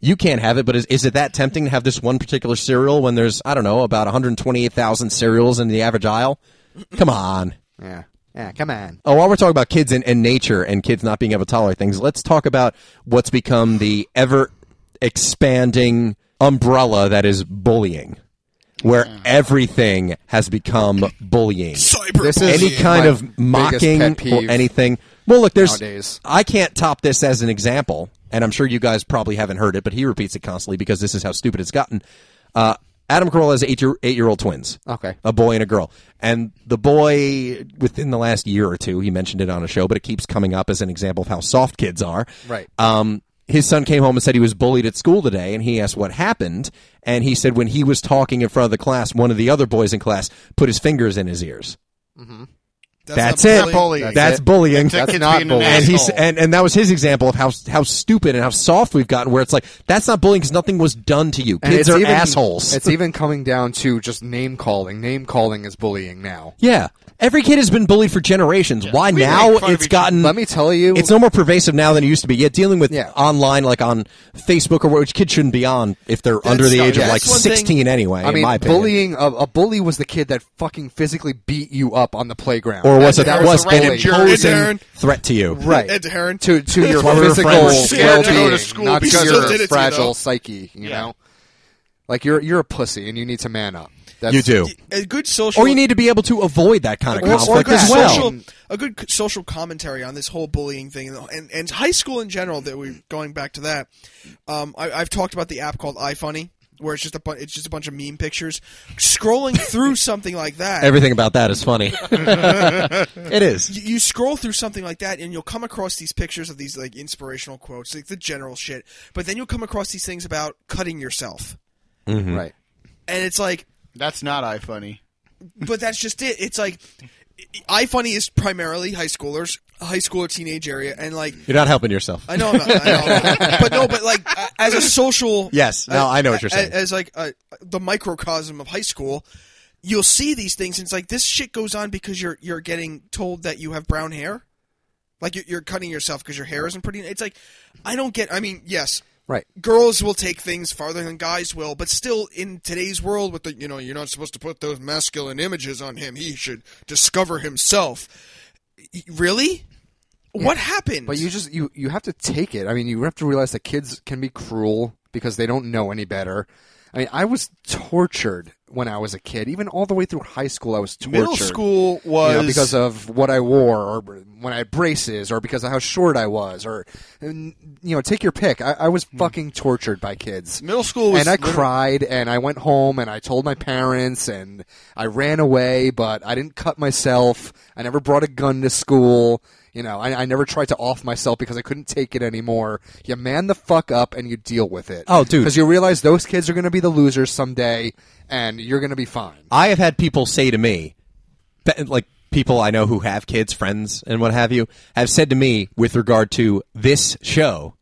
you can't have it, but is, is it that tempting to have this one particular cereal when there's, I don't know, about 128,000 cereals in the average aisle? Come on.
Yeah. Yeah, come on.
Oh, while we're talking about kids and, and nature and kids not being able to tolerate things, let's talk about what's become the ever expanding umbrella that is bullying, where
Mm.
everything has become bullying.
Cyber
This is-
Any
my
kind of
biggest
mocking
pet
or
peeve
anything. Well, look, there's.
nowadays.
I can't top this as an example, and I'm sure you guys probably haven't heard it, but he repeats it constantly because this is how stupid it's gotten. Uh, Adam Carolla has eight year eight year old twins
Okay.
a boy and a girl. And the boy, within the last year or two, he mentioned it on a show, but it keeps coming up as an example of how soft kids are.
Right.
Um, his son came home and said he was bullied at school today, and he asked what happened. And he said when he was talking in front of the class, one of the other boys in class put his fingers in his ears. That's,
not
it.
That's bullying.
That's bullying.
That's
That's not
being an
bullying.
and he s-
asshole.
and and that was his example of how how stupid and how soft we've gotten. Where it's like that's not bullying because nothing was done to you.
And
Kids
it's
are
even-
assholes.
It's even coming down to just name calling. Name calling is bullying now.
yeah, every kid has been bullied for generations. Why
We
now
make fun of
it's
each other.
gotten?
Let me tell you,
it's no more pervasive now than it used to be. Yet dealing with
Yeah.
online, like on Facebook, or what- which kids shouldn't be on if they're under the
no,
age of
yeah,
like
that's one thing-
sixteen anyway.
I
in
mean,
my opinion.
bullying. A, a bully was the kid that fucking physically beat you up on the playground,
or was it
That
that
was
was
the right
an
adjourn.
imposing
Adjourn.
threat to you?
right?
Ed Heron.
to to your
why we were
physical
friends.
well
We're
scared to go to
being,
school
not to
because
your
of it, you
fragile
know?
psyche. You
Yeah.
know, like you're you're a pussy and you need to man up. That's,
You do,
A good social.
or you need to be able to avoid that kind of
a good- a
conflict
good
as well.
Social, a good c- social commentary on this whole bullying thing, though, and and high school in general. That we going back to that. Um, I, I've talked about the app called iFunny, where it's just a bu- it's just a bunch of meme pictures. Scrolling through something like that,
Everything about that is funny. it is.
you, you scroll through something like that and you'll come across these pictures of these like inspirational quotes like the general shit but then you'll come across these things about cutting yourself
Mm-hmm. right.
and it's like
That's not iFunny.
but that's just it it's like ifunny is primarily high schoolers high school or teenage area and like
You're not helping yourself.
i know i'm not I know I'm not. but no but like uh, as a social uh,
Yes. No, I know what you're
a-
saying.
as like uh, the microcosm of high school you'll see these things and it's like this shit goes on because you're you're getting told that you have brown hair like you're, you're cutting yourself because your hair isn't pretty it's like i don't get i mean yes
Right.
girls will take things farther than guys will but still in today's world with the you know you're not supposed to put those masculine images on him he should discover himself Y- really what happened
But you just you you have to take it. I mean, you have to realize that kids can be cruel because they don't know any better. I mean, I was tortured when I was a kid, even all the way through high school. I was tortured.
Middle school
you
was
know, because of what I wore, or when I had braces, or because of how short I was, or and, you know, take your pick. I, I was fucking tortured by kids.
Hmm. Middle school was
and I
liter-
cried, and I went home, and I told my parents, and I ran away, but I didn't cut myself. I never brought a gun to school. You know, I, I never tried to off myself because I couldn't take it anymore. You man the fuck up and you deal with it.
Oh, dude.
Because you realize those kids are going to be the losers someday, and you're going to be fine.
I have had people say to me, be- like people I know who have kids, friends, and what have you, have said to me with regard to this show,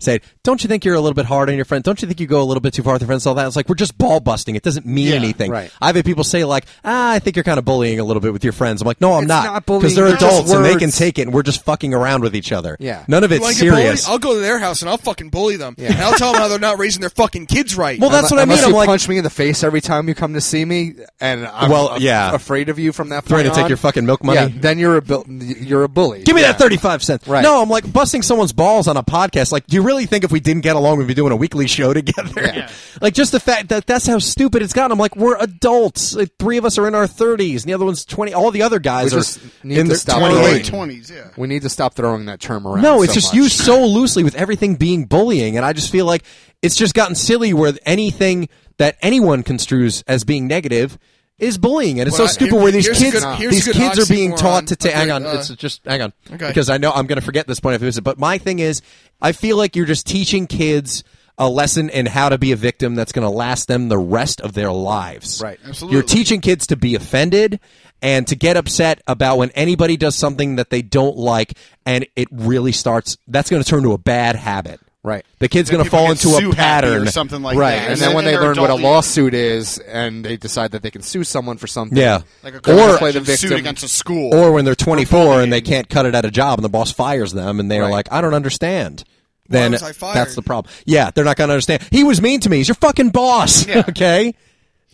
said, "Don't you think you're a little bit hard on your friend? Don't you think you go a little bit too far with your friends? All that." It's like we're just ball busting. It doesn't mean anything.
right.
I've had people say like, "Ah, I think you're kind of bullying a little bit with your friends." I'm like, "No, I'm
It's
not,"
not
because
bullying,
they're
it's just
adults and they can
words.
take it, and we're just fucking around with each other.
Yeah.
none of
You
it's
wanna get
serious.
bullied? I'll go to their house and I'll fucking bully them. And I'll tell them how they're not raising their fucking kids right.
Well, that's what I mean.
Unless
I'm
you
like,
punch me in the face every time you come to see me, and I'm
Well,
af-
yeah.
afraid of you from that
Threatening
point
to take
on,
your fucking milk money.
Yeah, then you're a bu- you're a bully.
Give me
Yeah.
that 35 cents.
Right.
No, I'm like busting someone's balls on a podcast. Like, do you really think if we didn't get along, we'd be doing a weekly show together?
Yeah.
Like, just the fact that that's how stupid it's gotten. I'm like, we're adults. Like, three of us are in our 30s, and the other one's 20. All the other guys
We
are
just need
in
to
their
stop
early
28.
throwing.
twenties. Yeah.
We need to stop throwing that term around.
No, it's
so
just
much.
used so loosely with everything being bullying, and I just feel like it's just gotten silly where anything that anyone construes as being negative is bullying, and it's
Well,
so
I-
stupid where these
here's a
kids
good- here's a
these
good
kids are being
oxymoron.
taught to ta-
Okay,
hang on.
uh,
it's just hang on
okay.
because I know I'm going to forget this point if it is. But my thing is, I feel like you're just teaching kids a lesson in how to be a victim that's going to last them the rest of their lives.
Right.
Absolutely.
You're teaching kids to be offended and to get upset about when anybody does something that they don't like, and it really starts. That's going to turn to a bad habit.
Right.
The kid's going to
People
fall
get
into
sue
a
happy
pattern
or something like
Right.
that.
And, then, when they
they're
learn what a
adult years.
lawsuit is, and they decide that they can sue someone for something,
Yeah.
like a
Or-
or
play the
suit
victim.
against a school,
Or when they're 24 and they can't cut it at a job and the boss fires them and they're
Right.
like, I don't understand.
Why
Then
was I fired?
that's the problem. Yeah, they're not going to understand. He was mean to me. He's your fucking boss.
Yeah.
okay?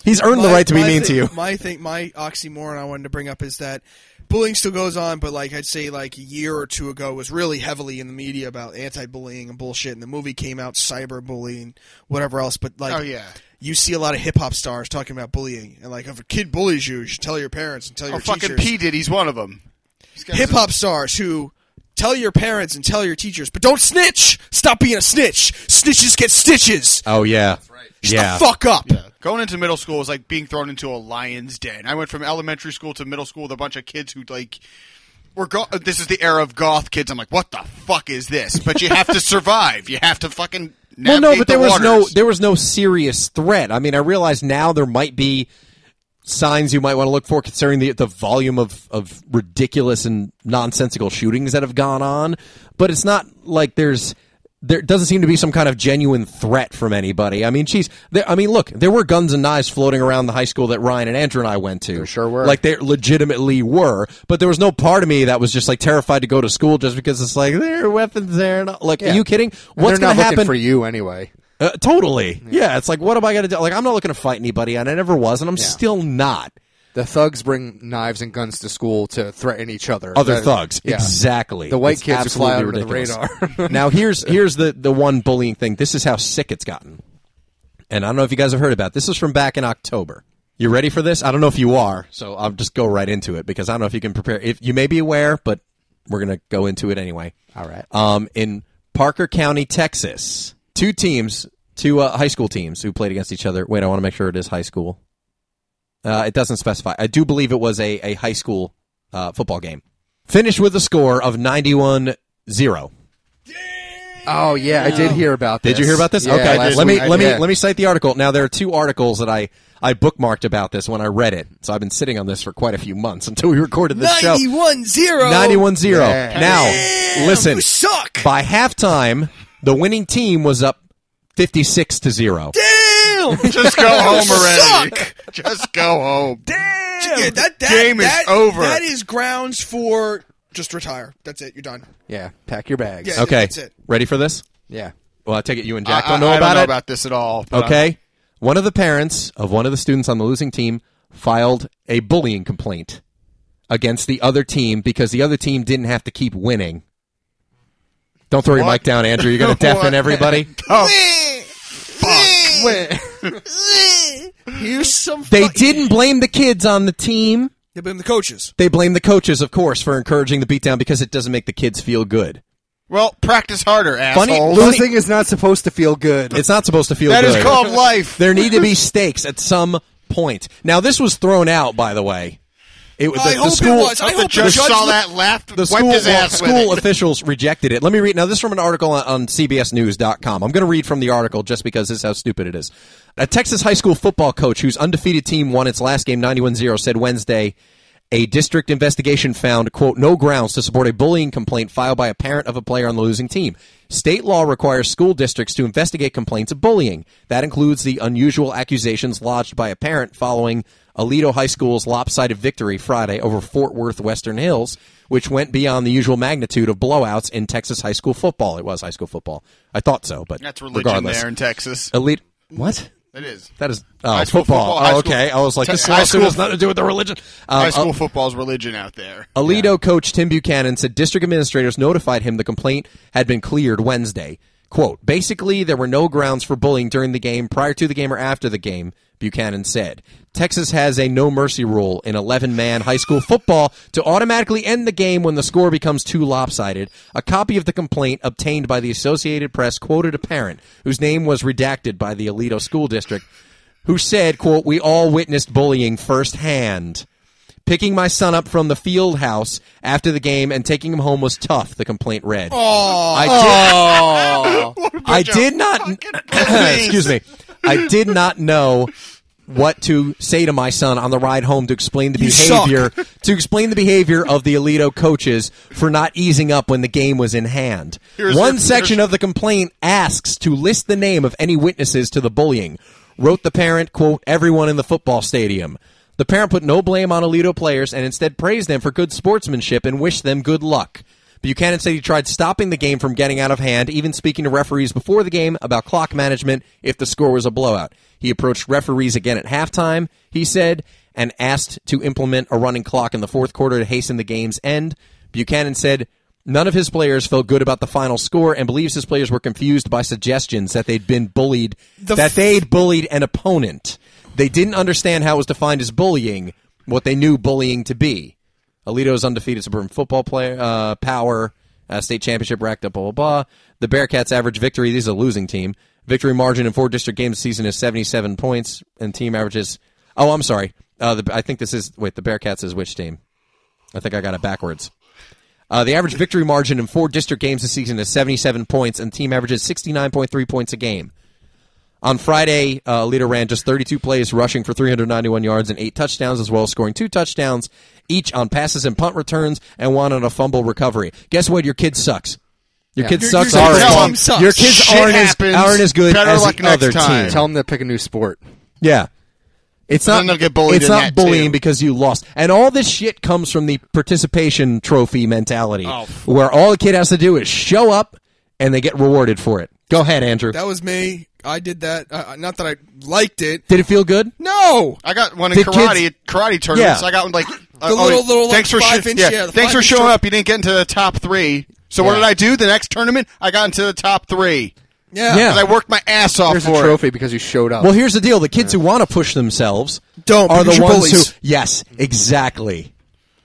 He's earned the
My-
right to be
my
mean to
thing-
you.
My thing, my oxymoron I wanted to bring up is that bullying still goes on, but like I'd say like a year or two ago was really heavily in the media about anti-bullying and bullshit, and the movie came out cyberbullying, whatever else. But like,
Oh, yeah.
you see a lot of hip hop stars talking about bullying, and like if a kid bullies you, you should tell your parents and tell
oh,
your
fucking
teachers.
P Diddy's one of them.
hip hop stars who tell your parents and tell your teachers, but don't snitch. Stop being a snitch. Snitches get stitches.
Oh, yeah.
Shut the fuck up.
Yeah. Going into middle school is like being thrown into a lion's den. I went from elementary school to middle school with a bunch of kids who like were go- this is the era of goth kids. I'm like, what the fuck is this? But you have to survive. You have to fucking navigate
Well, no, but there
the
was no
waters.
there was no serious threat. I mean, I realize now there might be signs you might want to look for considering the the volume of of ridiculous and nonsensical shootings that have gone on, but it's not like there's there doesn't seem to be some kind of genuine threat from anybody. I mean, geez, there, I mean, look, there were guns and knives floating around the high school that Ryan and Andrew and I went to. There
sure were.
Like there legitimately were, but there was no part of me that was just like terrified to go to school just because it's like there are weapons there. And, like, are you kidding?
And
What's
they're
going
not
to
looking
happen
for you anyway.
uh, totally. Yeah. It's like, what am I going to do? Like, I'm not looking to fight anybody, and I never was, and I'm still not.
The thugs bring knives and guns to school to threaten each other.
Other
The-
thugs,
yeah.
exactly.
The white
It's
kids who fly under
absolutely
the
ridiculous.
radar.
now, here's here's the the one bullying thing. This is how sick it's gotten, and I don't know if you guys have heard about. it. This is from back in October. You ready for this? I don't know if you are, so I'll just go right into it because I don't know if you can prepare. If you may be aware, but we're gonna go into it anyway.
All right.
Um, in Parker County, Texas, two teams, two uh, high school teams who played against each other. Wait, I want to make sure it is high school. Uh, it doesn't specify. I do believe it was a, a high school uh, football game. Finished with a score of 91 0.
Oh yeah, I did hear about this.
Did you hear about this?
Yeah,
okay,
last
let me
week.
let me
Yeah.
let me cite the article. Now there are two articles that I I bookmarked about this when I read it. So I've been sitting on this for quite a few months until we recorded this show.
91 0.
91 0.
Yeah. Oh,
Now,
Damn,
listen.
you suck.
By halftime, the winning team was up 56 to 0.
Damn.
Just go home already.
Suck.
Just go home.
Yeah, that, that
Game is
that-
over.
That is grounds for just retire. That's it. You're done.
Yeah, pack your bags.
Yeah.
Okay.
That's it.
Ready for this?
Yeah.
Well, I take it you and Jack
I- I-
don't know
I
about
know
it.
about this at all. but I'm-
Okay. One of the parents of one of the students on the losing team filed a bullying complaint against the other team because the other team didn't have to keep winning. Don't throw your
What?
mic down, Andrew. You're going to deafen
What?
everybody.
uh, oh.
Here's some.
They
fuck-
didn't blame the kids on the team.
Yeah, but the coaches.
They blame the coaches, of course, for encouraging the beatdown because it doesn't make the kids feel good.
Well, practice harder,
Funny-
asshole.
Losing is not supposed to feel good.
It's not supposed to feel
That
good.
is called life.
There need to be stakes at some point. Now, this was thrown out, by the way. It, was the,
I
the
hope it
school,
was. I
the
hope
judge
the judge
saw
looked-
that, laughed,
the
wiped
school,
his
well,
ass with
school
it.
officials rejected it. Let me read. Now, this is from an article on, on CBSNews.com. I'm going to read from the article just because this is how stupid it is. A Texas high school football coach whose undefeated team won its last game 91 0 said Wednesday a district investigation found, quote, no grounds to support a bullying complaint filed by a parent of a player on the losing team. State law requires school districts to investigate complaints of bullying. That includes the unusual accusations lodged by a parent following Alito High School's lopsided victory Friday over Fort Worth Western Hills, which went beyond the usual magnitude of blowouts in Texas high school football. It was high school football. I thought so, but
That's religion
regardless.
there in Texas.
Elite. What?
It is.
That is oh,
High school
football.
football, high
Oh,
school-
okay. I was like,
Te-
this
high
lawsuit
school-
has nothing to do with the religion. Um,
High school football's religion out there.
Alito coach Tim Buchanan said district administrators notified him the complaint had been cleared Wednesday. Quote, basically, there were no grounds for bullying during the game, prior to the game, or after the game, Buchanan said. Texas has a no mercy rule in 11 man high school football to automatically end the game when the score becomes too lopsided. A copy of the complaint obtained by the Associated Press quoted a parent whose name was redacted by the Alito School District who said, quote, we all witnessed bullying firsthand. Picking my son up from the field house after the game and taking him home was tough, the complaint read. I did,
good
I
joke.
did not.
Fucking amazing.
excuse me. I did not know what to say to my son on the ride home to explain the
You suck.
behavior to explain the behavior of the Alito coaches for not easing up when the game was in hand.
Here's
One
your-
section of the complaint asks to list the name of any witnesses to the bullying. Wrote the parent, quote, everyone in the football stadium. The parent put no blame on Alito players and instead praised them for good sportsmanship and wished them good luck. Buchanan said he tried stopping the game from getting out of hand, even speaking to referees before the game about clock management if the score was a blowout. He approached referees again at halftime, he said, and asked to implement a running clock in the fourth quarter to hasten the game's end. Buchanan said, None of his players felt good about the final score and believes his players were confused by suggestions that they'd been bullied,
The
that
f-
they'd bullied an opponent. They didn't understand how it was defined as bullying, what they knew bullying to be. Alito's undefeated suburban football player, uh, power, uh, state championship racked up, blah, blah, blah. The Bearcats' average victory, this is a losing team, victory margin in four district games this season is 77 points, and team averages. Oh, I'm sorry. Uh, the, I think this is. Wait, the Bearcats is which team? I think I got it backwards. Uh, the average victory margin in four district games this season is 77 points, and the team averages 69.3 points a game. On Friday, uh, Alito ran just 32 plays, rushing for 391 yards and eight touchdowns, as well as scoring two touchdowns, each on passes and punt returns, and one on a fumble recovery. Guess what? Your kid sucks. Your kid
Your-
sucks.
your
already.
kid's team
sucks.
Your kids
Shit
aren't as,
happens.
aren't as good
Better
as
luck
the
next
other
time.
team.
Tell them to pick a new sport.
Yeah. It's not
then they'll get bullied
It's
in
not
that,
bullying
too.
because you lost, and all this shit comes from the participation trophy mentality,
Oh,
where all the kid has to do is show up, and they get rewarded for it. Go ahead, Andrew.
That was me. I did that. Uh, not that I liked it.
Did it feel good?
No.
I got one in
The
karate karate tournaments.
Yeah.
I got like uh,
The
oh,
little- little, like,
thanks for
five inch- yeah, the
thanks
five
for
inch
showing
trophy.
up. You didn't get into the top three. So what
Yeah.
did I do? The next tournament, I got into the top three.
Yeah.
Yeah.
'Cause I worked my ass off
Here's a
for it.
trophy because you showed up.
Well, here's the deal: the kids who want to push themselves
Don't,
are
because
the
you're
ones
bullies.
who. Yes, exactly.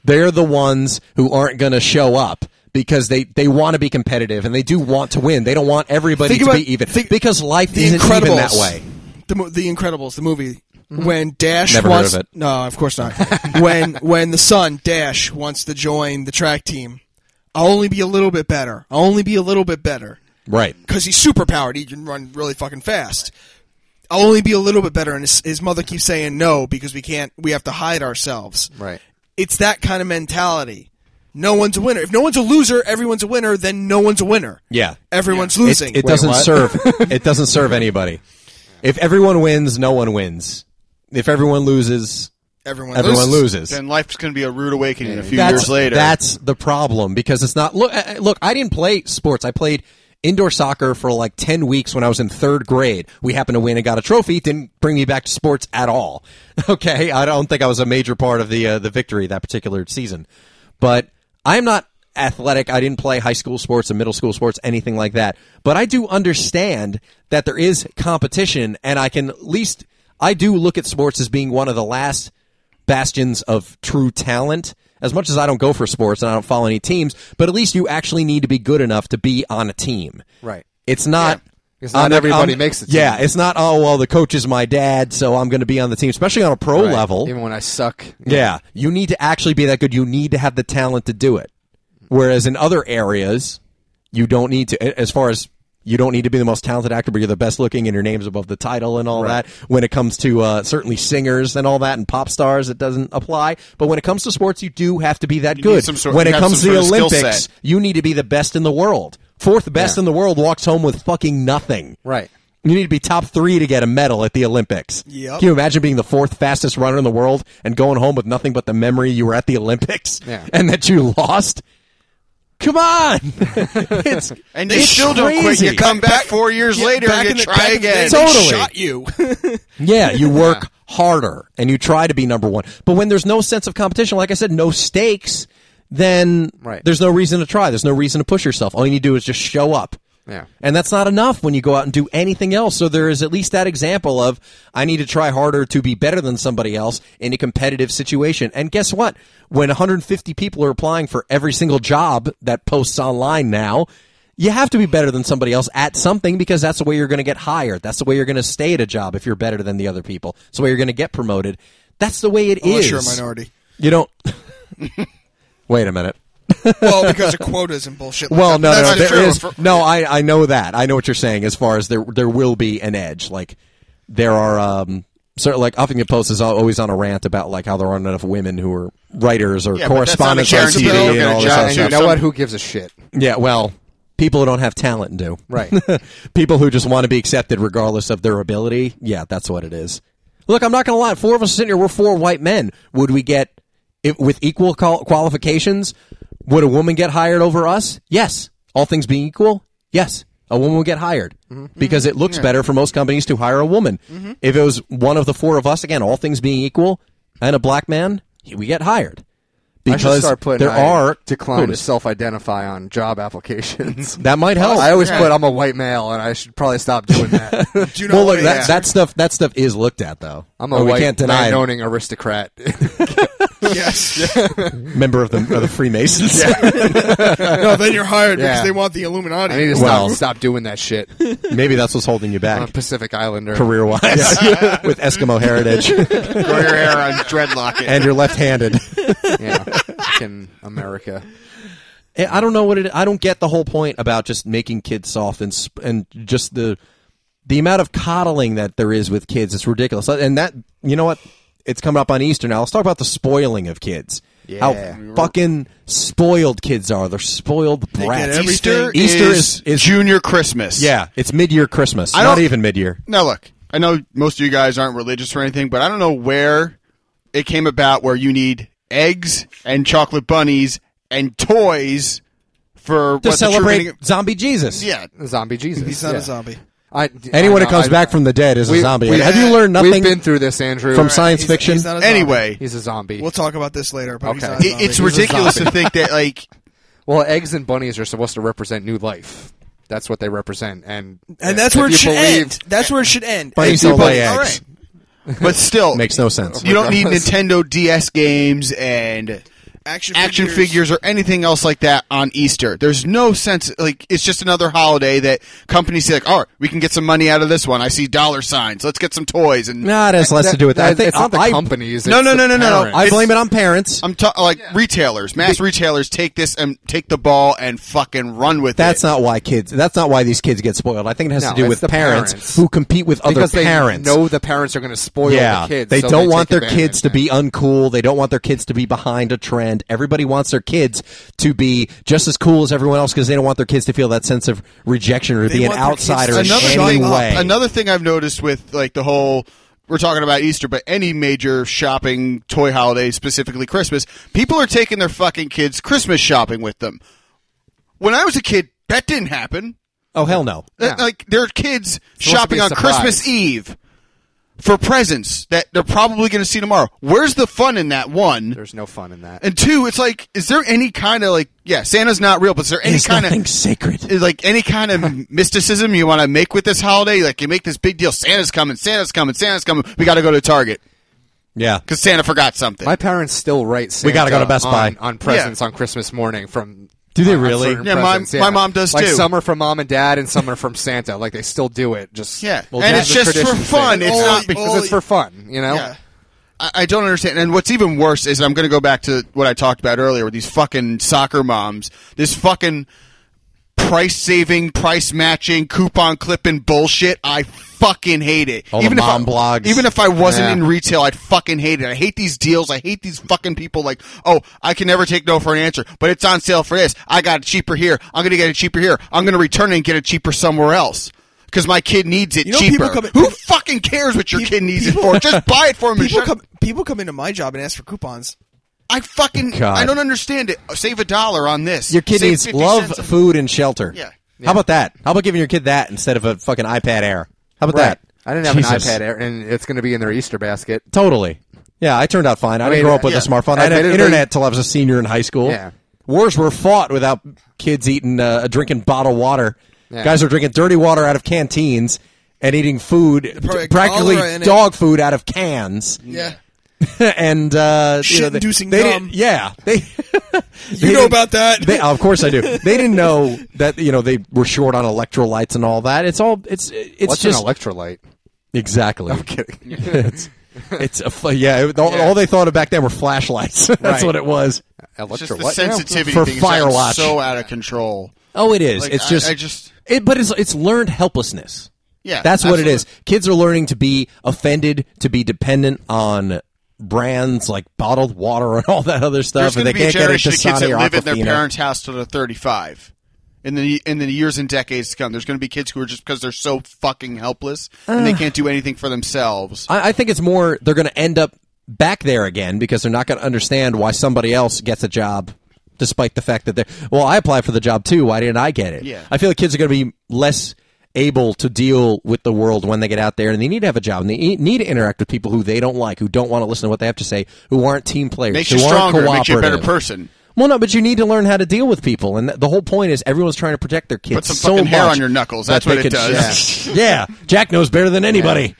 They're the ones who aren't going to show up because they, they want to be competitive and they do want to win. They don't want everybody
Think
to
about-
be even
think-
because life
The
isn't
Incredibles.
even that way. Mm-hmm.
The, mo- the Incredibles, the movie. When Dash
Never heard
wants
of it.
no, of course not. when when the son Dash wants to join the track team, I'll only be a little bit better. I'll only be a little bit better
Right.
because he's super powered. He can run really fucking fast. I'll only be a little bit better. And his, his mother keeps saying no because we can't. We have to hide ourselves.
right.
It's that kind of mentality. No one's a winner. If no one's a loser, everyone's a winner. Then no one's a winner.
Yeah.
everyone's
It-
losing.
It, doesn't
what?
serve. it doesn't serve anybody. If everyone wins, no one wins. If everyone loses,
everyone,
everyone
loses.
loses.
Then life's going to be a rude awakening a few
that's,
years later.
That's the problem because it's not. Look, uh, look. I didn't play sports. I played indoor soccer for like ten weeks when I was in third grade. We happened to win and got a trophy. Didn't bring me back to sports at all. Okay, I don't think I was a major part of the uh, the victory that particular season. But I'm not athletic. I didn't play high school sports and middle school sports, anything like that. But I do understand that there is competition, and I can at least. I do look at sports as being one of the last bastions of true talent. As much as I don't go for sports and I don't follow any teams, but at least you actually need to be good enough to be on a team.
Right.
It's not.
Because not
I'm
everybody
I'm-
makes the team.
Yeah, it's not. Oh well, the coach is my dad, so I'm going to be on the team, especially on a pro
Right.
level.
Even when I suck.
Yeah, you need to actually be that good. You need to have the talent to do it. Whereas in other areas, you don't need to. As far as you don't need to be the most talented actor, but you're the best looking, and your name's above the title and all that. When it comes to uh, certainly singers and all that and pop stars, it doesn't apply. But when it comes to sports, you do have to be that good.
some sort-
when
you
it
have
comes to
some
the
sort of skill
Olympics,
set.
you need to be the best in the world. Fourth best in the world walks home with fucking nothing.
Right.
You need to be top three to get a medal at the Olympics.
Yep.
Can you imagine being the fourth fastest runner in the world and going home with nothing but the memory you were at the Olympics
Yeah.
and that you lost? Come on! it's,
and you
it's
still don't quit.
crazy.
You come back four years
Yeah,
later
back
and
in
you
the-
try
back in the day,
again.
So-
they
Totally.
shot you.
Yeah, you work harder and you try to be number one. But when there's no sense of competition, like I said, no stakes, then
Right.
there's no reason to try. There's no reason to push yourself. All you need to do is just show up.
Yeah.
And that's not enough when you go out and do anything else. So there is at least that example of I need to try harder to be better than somebody else in a competitive situation. And guess what? When 150 people are applying for every single job that posts online now, you have to be better than somebody else at something because that's the way you're going to get hired. That's the way you're going to stay at a job if you're better than the other people. It's the way you're going to get promoted. That's the way it is.
Unless you're a minority.
You don't. Wait a minute.
well, because of quotas and bullshit. Like
Well,
that.
no,
That's
no,
not
the
there
truth.
is no. I I know that. I know what you're saying. As far as there there will be an edge. Like there are um certain like Huffington Post is al- always on a rant about like how there aren't enough women who are writers or
Yeah, but that's not a
correspondents on
guarantee
TV
they'll
and
get a
all this
job,
other
too.
And you
stuff.
know
some-
what? Who gives a shit?
Yeah, well, people who don't have talent do.
Right.
people who just want to be accepted regardless of their ability. Yeah, that's what it is. Look, I'm not going to lie. Four of us sitting here, we're four white men. Would we get, if, with equal qual- qualifications, would a woman get hired over us? Yes. All things being equal, yes. A woman would get hired
Mm-hmm.
because it looks better for most companies to hire a woman. If it was one of the four of us, again, all things being equal, and a black man, we get hired.
I should
Because
start putting
there
I
are
decline to
quotas.
self-identify on job applications.
That might help.
I always
yeah.
put I'm a white male, and I should probably stop doing that.
Do you know
Well,
what
look,
I
that,
asked?
that stuff that stuff is looked at though.
I'm a
Oh, we
white
can't deny it.
owning aristocrat.
yes.
member of the, of the Freemasons.
no, then you're hired
Yeah.
because they want the Illuminati.
I need to stop,
Well-
stop doing that shit.
Maybe that's what's holding you
I'm a
back
Pacific Islander.
career wise with Eskimo heritage
Grow your hair and dreadlock it.
and you're left-handed.
Yeah. Fucking America.
Eh, I don't know what it I don't get the whole point about just making kids soft and sp- and just the the amount of coddling that there is with kids is ridiculous. And that you know what it's coming up on Easter now. Let's talk about the spoiling of kids.
Yeah.
How fucking spoiled kids are. They're spoiled brats.
everything.
Easter,
Easter
is,
is- is-
junior Christmas.
Yeah, it's mid-year Christmas.
I
Not
don't-
even mid-year.
Now, look, I know most of you guys aren't religious or anything, but I don't know where it came about where you need eggs and chocolate bunnies and toys for
to
what The
celebrate
true meaning of-
zombie Jesus.
yeah,
Zombie Jesus.
He's not
yeah.
a zombie.
I,
Anyone
I know,
who comes
I-
back from the dead is
we-
a zombie.
we-
Have you learned nothing
We've been through this, Andrew.
from science
He's-
fiction?
he's not a zombie.
anyway,
He's a zombie.
We'll talk about this later, but he's
Okay.
not a
it, it's
zombie.
He's a
ridiculous to
zombie.
think that like
Well, eggs and bunnies are supposed to represent new life. That's what they represent, and
And that's
if
where it
you
should
believe-
end. That's where it should end.
Bunnies
if you
don't lay
put- all
eggs.
right. but still
Makes no sense.
You don't need Nintendo DS games and
Action,
action figures or anything else like that on Easter. There's no sense like it's just another holiday that companies say like, "All right, we can get some money out of this one. I see dollar signs. Let's get some toys." And
Nah, it has less to do with that. I think-
it's not the
I,
companies.
No,
it's
no,
the
no, no, no, no.
parents.
I
It's-
blame it on parents.
I'm talking like retailers, mass retailers take this and take the ball and fucking run with
that's
it.
not why kids. That's not why these kids get spoiled. I think it has
No,
to do
it's
with
the
parents,
parents.
who compete with other
because they
parents.
know the parents are going to spoil
yeah,
the kids.
they
so
don't want
take
their kids
advantage,
to
man.
be uncool. They don't want their kids to be behind a trend. Everybody wants their kids to be just as cool as everyone else because they don't want their kids to feel that sense of rejection or to
They
be an
want their kids to
outsider in
another
shut
any
thing.
up.
way.
Another thing I've noticed with like the whole we're talking about Easter, but any major shopping toy holiday, specifically Christmas, people are taking their fucking kids Christmas shopping with them. When I was a kid, that didn't happen.
oh hell no!
Uh, Like there are kids
supposed to be
shopping
a
on
surprise.
Christmas Eve for presents that they're probably going to see tomorrow. Where's the fun in that? One,
There's no fun in that.
And two, it's like, is there any kind of like, yeah, Santa's not real, but is there any
It's
kind
nothing
of
sacred.
like any kind of mysticism you want to make with this holiday? Like, you make this big deal. Santa's coming. Santa's coming. Santa's coming. We got to go to Target
yeah,
because Santa forgot something.
My parents still write. Santa
We gotta go to Best
on-
Buy.
on presents on Christmas morning from.
Do they
on- on
really?
certain
Yeah, my-
presents, yeah.
my mom does
like,
too.
Some are from mom and dad, and some are from Santa. Like they still do it. Just
yeah,
Well,
and
that's
it's
a
just for
tradition
fun.
thing.
It's
All-
not
because
because
all-
it's for fun. You know.
Yeah. I, I don't understand. And what's even worse is I'm going to go back to what I talked about earlier with these fucking soccer moms. This fucking price saving, price matching, coupon clipping bullshit. I fucking hate it.
All the
if
mom
I,
blogs.
Even if I wasn't
Yeah.
in retail, I'd fucking hate it. I hate these deals. I hate these fucking people like, oh, I can never take no for an answer, but it's on sale for this. I got it cheaper here. I'm going to get it cheaper here. I'm going to return it and get it cheaper somewhere else. Because my kid needs it
You know,
cheaper.
people come-
Who fucking cares what your
Pe-
kid needs
people-
it for? Just buy it for him. and
People
shut-
come, people come into my job and ask for coupons.
I fucking
God.
I don't understand it. Save a dollar on this.
Your kid
Save
needs
50
love,
cents on-
food, and shelter.
Yeah.
How about that? How about giving your kid that instead of a fucking iPad Air? How about
Right.
that?
I didn't have
Jesus.
an iPad, Air, and it's going to be in their Easter basket.
Totally. Yeah, I turned out fine. I,
mean,
didn't grow up with
yeah.
a smartphone. I didn't have
Admittedly-
internet till I was a senior in high school.
Yeah.
Wars were fought without kids eating, uh, drinking bottled water.
Yeah.
Guys are drinking dirty water out of canteens and eating food,
Probably
practically
cholera in it.
dog food out of cans.
Yeah.
and uh, you know, they-
Shit-inducing
they
gum.
didn't- Yeah, they.
You know about that.
They, of course I do. They didn't know that you know they were short on electrolytes and all that. It's all it's it's
What's
just
an electrolyte?
exactly.
Kidding.
it's it's a, fu- yeah, it- all, all they thought of back then were flashlights. That's
Right.
what it was.
It's
electro
just the
what now?
sensitivity
For
thing is like
Firewatch.
so out of control.
Oh, it is.
Like,
it's
I-
just,
I just-
it, but it's it's learned helplessness.
Yeah,
that's what it
absolutely.
is. Kids are learning to be offended, to be dependent on brands like bottled water and all that other stuff,
There's
and
going
they
to be a
can't get it
generation of kids that
Dasani or
live in their
Aquafina.
parents' house till they're 35. In the in the years and decades to come, there's going to be kids who are just because they're so fucking helpless and they can't do anything for themselves.
I, I think it's more they're going to end up back there again because they're not going to understand why somebody else gets a job, despite the fact that they're. Well, I applied for the job too. Why didn't I get it?
Yeah.
I feel like kids are going to be less able to deal with the world when they get out there, and they need to have a job, and they e- need to interact with people who they don't like, who don't want to listen to what they have to say, who aren't team players,
Makes
who
you
aren't
stronger, makes you a better
cooperative.
person.
Well, no, but you need to learn how to deal with people, and th- the whole point is everyone's trying to protect their kids.
Put some
so
fucking hair
much
on your knuckles.
that
That's what
they
it
can-
does.
Yeah. Yeah. Jack knows better than anybody.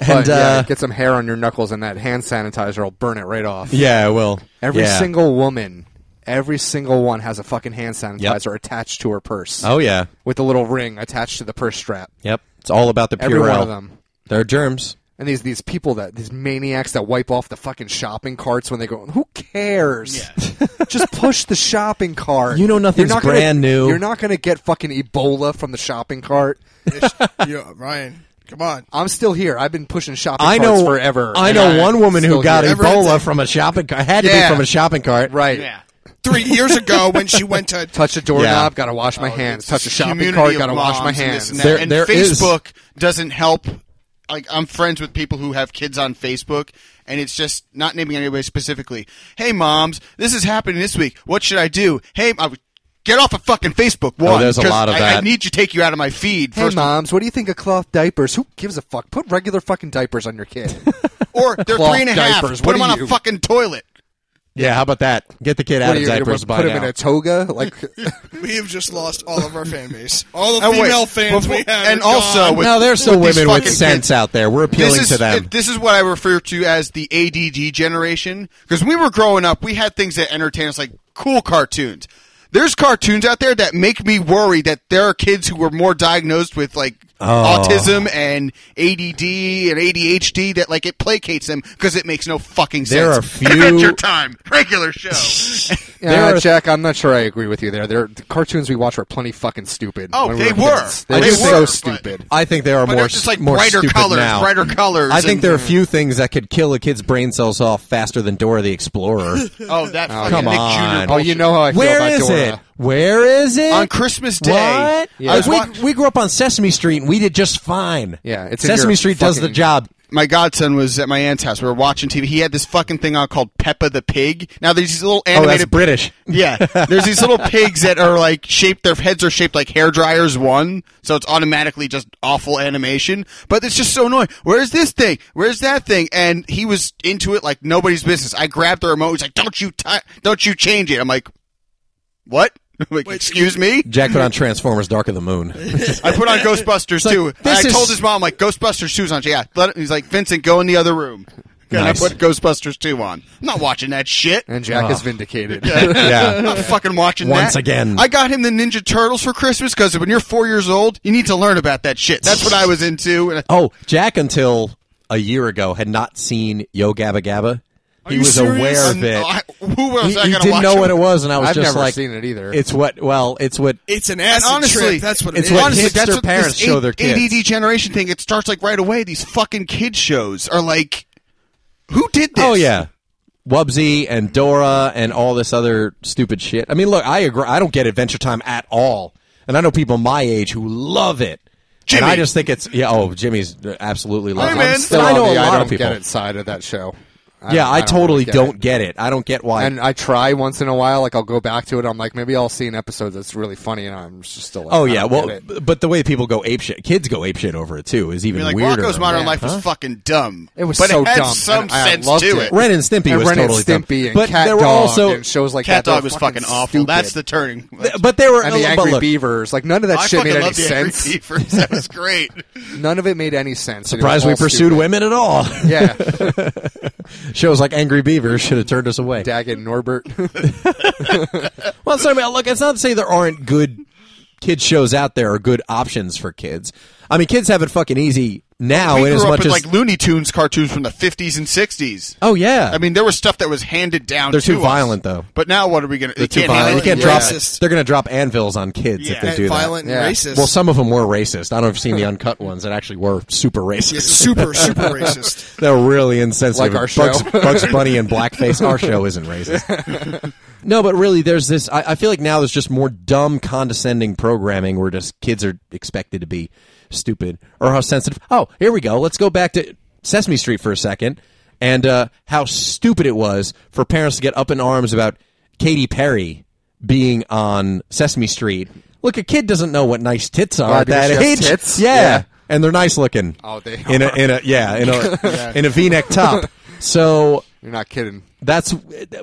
And
But, yeah,
uh,
get some hair on your knuckles and that hand sanitizer will burn it right off.
Yeah, I will.
Every
Yeah.
single woman, every single one has a fucking hand sanitizer attached to her purse.
Oh yeah.
With a little ring attached to the purse strap.
Yep. It's all about the Purell.
Every one of them.
They're germs.
And these these people that these maniacs that wipe off the fucking shopping carts when they go, who cares? Just push the shopping cart.
You know nothing's
You're not gonna-
brand new.
You're not going to get fucking Ebola from the shopping cart.
yeah, Ryan, come on.
I'm still here. I've been pushing shopping
I
carts
know
forever.
I
and
know
I'm
one woman who
still
got
here.
Ever
Ebola
since-
from a shopping cart. Had to
Yeah.
be from a shopping cart.
right.
Three years ago, when she went to
Touch a doorknob,
Yeah.
got to wash my hands.
It's
Touch a
this
shopping
Oh, community
cart,
of
got to wash my
moms and this
hands.
And, that.
There-
And
there is-
Facebook doesn't help. Like I'm friends with people who have kids on Facebook, and it's just not naming anybody specifically. Hey, moms, this is happening this week. What should I do? Hey, I would get off of fucking Facebook. One,
Oh, there's a
'cause
lot of
I, I
that.
need to take you out of my feed.
Hey
First of-
moms, what do you think of cloth diapers? Who gives a fuck? Put regular fucking diapers on your kid.
or they're
Cloth
three and a half.
diapers,
Put
what
them
do
on
you-
a fucking toilet.
Yeah. How about that? Get the kid out
What are
of
you,
diapers
gonna
by
put
now.
him in a toga? Like
we have just lost all of our fan base, all the
And wait,
female fans we
before-
have,
and
are gone.
also with-
no, there's still
with these
women with
fucking
sense
kids.
out there. We're appealing
this is,
to them.
This is what I refer to as the ADD generation. Because when we were growing up, we had things that entertained us, like cool cartoons. There's cartoons out there that make me worry that there are kids who were more diagnosed with like
Oh.
autism and ADD and ADHD that like it placates them because it makes no fucking sense.
There are few-
Adventure Time, regular show.
yeah,
are-
Uh, Jack, I'm not sure I agree with you there. There the cartoons we watch were plenty fucking stupid.
Oh,
when we
they
were.
were.
kids. They
They
were so
were,
stupid.
I think there are
But
more
they're just, like,
more
brighter
stupid
colors,
now.
brighter colors
I think
and-
there are few things that could kill a kid's brain cells off faster than Dora the Explorer.
oh, that fucking
come
Nick
on.
Jr.
Oh, you know how I feel
Where
about
is
Dora.
it? Where is it?
On Christmas Day,
What?
Yeah.
Like,
I was
we,
watch-
we grew up on Sesame Street and we did just fine.
Yeah, it's in
Sesame
your
Street does the
fucking-
job.
my godson was at my aunt's house. We were watching TV. He had this fucking thing on called Peppa the Pig. Now there's these little
Oh, that's
animated
British.
Yeah, there's these little pigs that are like shaped. Their heads are shaped like hair dryers. One, so it's automatically just awful animation. But it's just so annoying. Where's this thing? Where's that thing? And he was into it like nobody's business. I grabbed the remote. He's like, "Don't you, ti don't you change it?" I'm like, "What?" I'm like, excuse me.
Jack put on Transformers: Dark of the Moon.
I put on Ghostbusters
like,
too. And I
this is-
told his mom like Ghostbusters 2's on. She's like, Yeah, let it. He's like Vincent, go in the other room. And
Nice.
I put Ghostbusters 2 on. I'm not watching that shit.
And Jack is vindicated.
I'm
yeah,
not fucking watching
Once
that.
again.
I got him the Ninja Turtles for Christmas because when you're four years old, you need to learn about that shit. That's what I was into. And
Oh, Jack until a year ago had not seen Yo Gabba Gabba. he
you
was
serious?
aware of
and
it.
I, who was
he
I
he
going to
didn't
watch?
know
it
what it
with?
was, and I was
I've
just
never
like,
seen it either.
It's what? Well, it's what.
it's an acid
honestly,
trip. That's what
it's
it is.
what
Honestly,
hipster
that's what this
parents show their kids.
ADD generation thing. It starts like right away. These fucking kid shows are like, who did this?
Oh yeah, Wubsy and Dora and all this other stupid shit. I mean, look, I agree. I don't get Adventure Time at all, and I know people my age who love it. And
Jimmy.
I just think it's yeah. Oh, Jimmy's absolutely loves
Hey,
it.
man.
I'm
I'm still
and I know
on
a
the
lot
I don't
of people.
get it side of that show.
yeah,
don't-
I,
don't
totally
really get
don't
it.
get it. I don't get why.
And I try once in a while, like I'll go back to it. I'm like, maybe I'll see an episode that's really funny, and I'm just still. Like,
oh
I
yeah,
don't
well,
get it.
b- but the way people go ape shit, kids go ape shit over it too, is
I
even
mean, like
weirder.
Rocco's Modern
Yeah.
Life
Huh?
was fucking dumb,
It was
but
so
it had
dumb,
some
and I
sense
loved
to
it.
it.
Ren and Stimpy
and
was
Ren
totally
and Stimpy
dumb.
and
but
Cat
there were
Dog
also
and shows like
Cat
that.
Dog
They're
was fucking awful.
stupid.
That's the turning.
but there were
and the
but
Angry
look,
Beavers. Like none of that
I
shit
fucking
made any
love the Angry
sense.
Beavers. That was great.
None of it made any sense. and it was
Surprised we
all
pursued
stupid.
women at all.
Yeah,
Shows like Angry Beavers should have turned us away.
Daggett and Norbert.
Well, sorry, man. Look, it's not to say there aren't good kid shows out there or good options for kids. I mean, kids have it fucking easy now,
we
in
grew
Oh, as
up
much
with
as
like Looney Tunes cartoons from the 50s and 60s.
oh yeah,
I mean, there was stuff that was handed down.
They're
to
too
us.
violent, though.
But now, what are we going to?
they're too violent. You
handle
can't
it.
drop.
Racist.
They're going to drop anvils on kids
Yeah.
if they
And
do that.
violent
Yeah.
and racist.
Well, some of them were racist. I don't know if you've seen the uncut ones that actually were super
Yeah,
racist.
super, super racist.
They're really insensitive.
Like our
Bugs,
show.
Bugs Bunny and blackface. Our show isn't racist. no, but really, there's this. I, I feel like now there's just more dumb, condescending programming where just kids are expected to be stupid or how sensitive. Oh, here we go. Let's go back to Sesame Street for a second and uh, how stupid it was for parents to get up in arms about Katy Perry being on Sesame Street. Look, a kid doesn't know what nice tits are
Why,
at that
because she has
age.
tits?
Yeah.
Yeah.
and they're nice looking.
Oh, they
in a
are.
in a yeah in a in a V-neck top. So
You're not kidding.
that's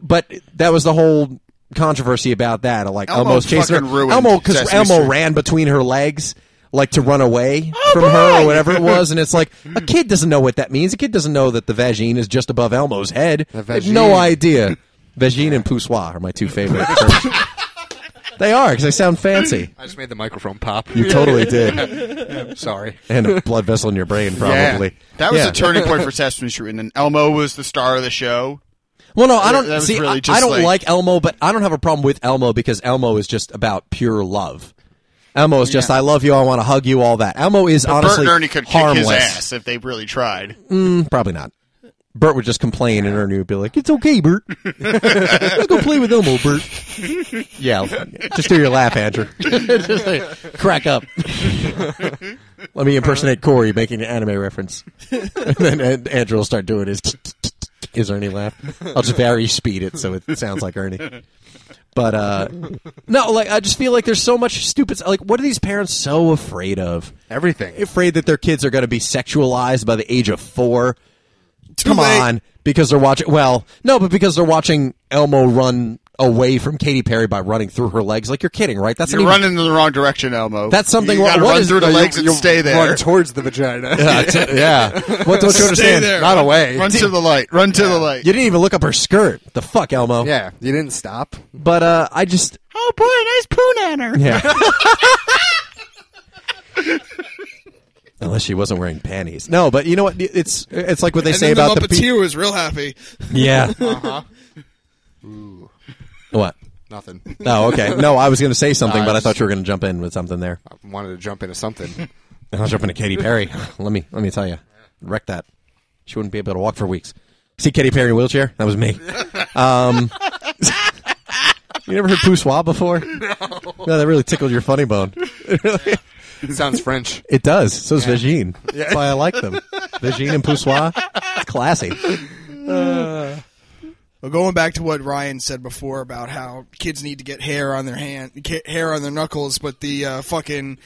but that was the whole controversy about that. Like
Elmo
Elmo's chasing her.
fucking ruined
Elmo because
Sesame
Elmo
Street.
ran between her legs. Like to run away from her or whatever it was, and it's like a kid doesn't know what that means. A kid doesn't know that the vagine is just above Elmo's head.
The
They have no
vagine.
idea. Vagine and poussoir are my two favorite. terms. they are because they sound fancy.
I just made the microphone pop.
You totally did,
Sorry.
and a blood vessel in your brain probably.
Yeah. That was
Yeah.
a turning point for Sesame Street, and then Elmo was the star of the show.
Well, no, I don't
That was
see.
really
I- I,
just
don't like,
like-
Elmo, but I don't have a problem with Elmo because Elmo is just about pure love. Elmo is just, I love you, I want to hug you, all that. Elmo is
Bert
honestly
and Ernie could
harmless.
kick his ass if they really tried.
Mm, Probably not. Bert would just complain, and Ernie would be like, "It's okay, Bert. Let's go play with Elmo, Bert." Yeah, just do your laugh, Andrew. just like, crack up. Let me impersonate Corey making an anime reference, and then An- Andrew will start doing his his Ernie laugh. I'll just vary speed it so it sounds like Ernie. But uh, no, like I just feel like there's so much stupid. Like, what are these parents so afraid of?
Everything.
afraid that their kids are going to be sexualized by the age of four. Come
late.
on, because they're watching. Well, no, but because they're watching Elmo run away from Katy Perry by running through her legs. Like you're kidding, right? That's
You're
not even-
running in the wrong direction, Elmo.
That's something
You
wrong-
gotta
what
run
is-
through the
no,
legs and stay there.
Run towards the vagina.
Yeah, t- yeah. What don't you understand?
there.
Not away.
Run to the light. Run to the light.
You didn't even look up her skirt. The fuck, Elmo.
yeah, you didn't stop.
But uh, I just.
Oh boy, nice poon on her.
Yeah. Unless she wasn't wearing panties. No, but you know what? It's it's like what they
and
say
then
about
the
the pe-
Muppeteer was real happy.
Yeah. What?
Nothing.
Oh, okay. No, I was going to say something,
No, I
but I
just-
thought you were going to jump in with something there.
I wanted to jump into something.
And I'll jump into Katy Perry. let me let me tell you, wreck that. She wouldn't be able to walk for weeks. See Katy Perry in a wheelchair? That was me. Um, you never heard poussoir before? No. that really tickled your funny bone.
Sounds French.
It does. So is Vagine. That's why I like them. Vagine and poussoir. It's classy.
Well, going back to what Ryan said before about how kids need to get hair on their hand, get hair on their knuckles, but the uh, fucking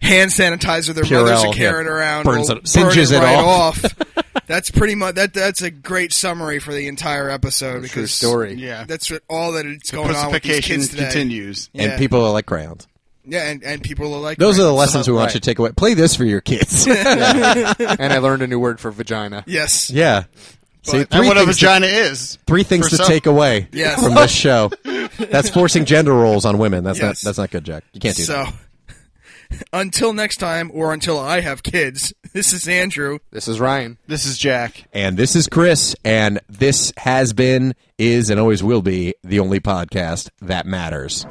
hand sanitizer their
Purell,
mothers
yeah.
are carrying around
Burns
will
it- singes
burn
it
right
off.
off. that's pretty much that. That's a great summary for the entire episode because
True story.
Yeah.
That's what- all that it's going on with these
Pussification
kids today.
continues.
And
Yeah.
people are like crayons.
Yeah, and, and people are like
Those are the
Ryan.
lessons we want you
right.
to take away. Play this for your kids.
and I learned a new word for vagina.
Yes.
yeah. See,
And what a
things to-
vagina is.
three things
For
to
some-
take away
Yes.
from this show. That's forcing gender roles on women. That's
Yes.
not that's not good, Jack. You can't do
So
that.
until next time, or until I have kids, this is Andrew.
This is Ryan.
This is Jack.
And this is Chris, and this has been, is, and always will be the only podcast that matters.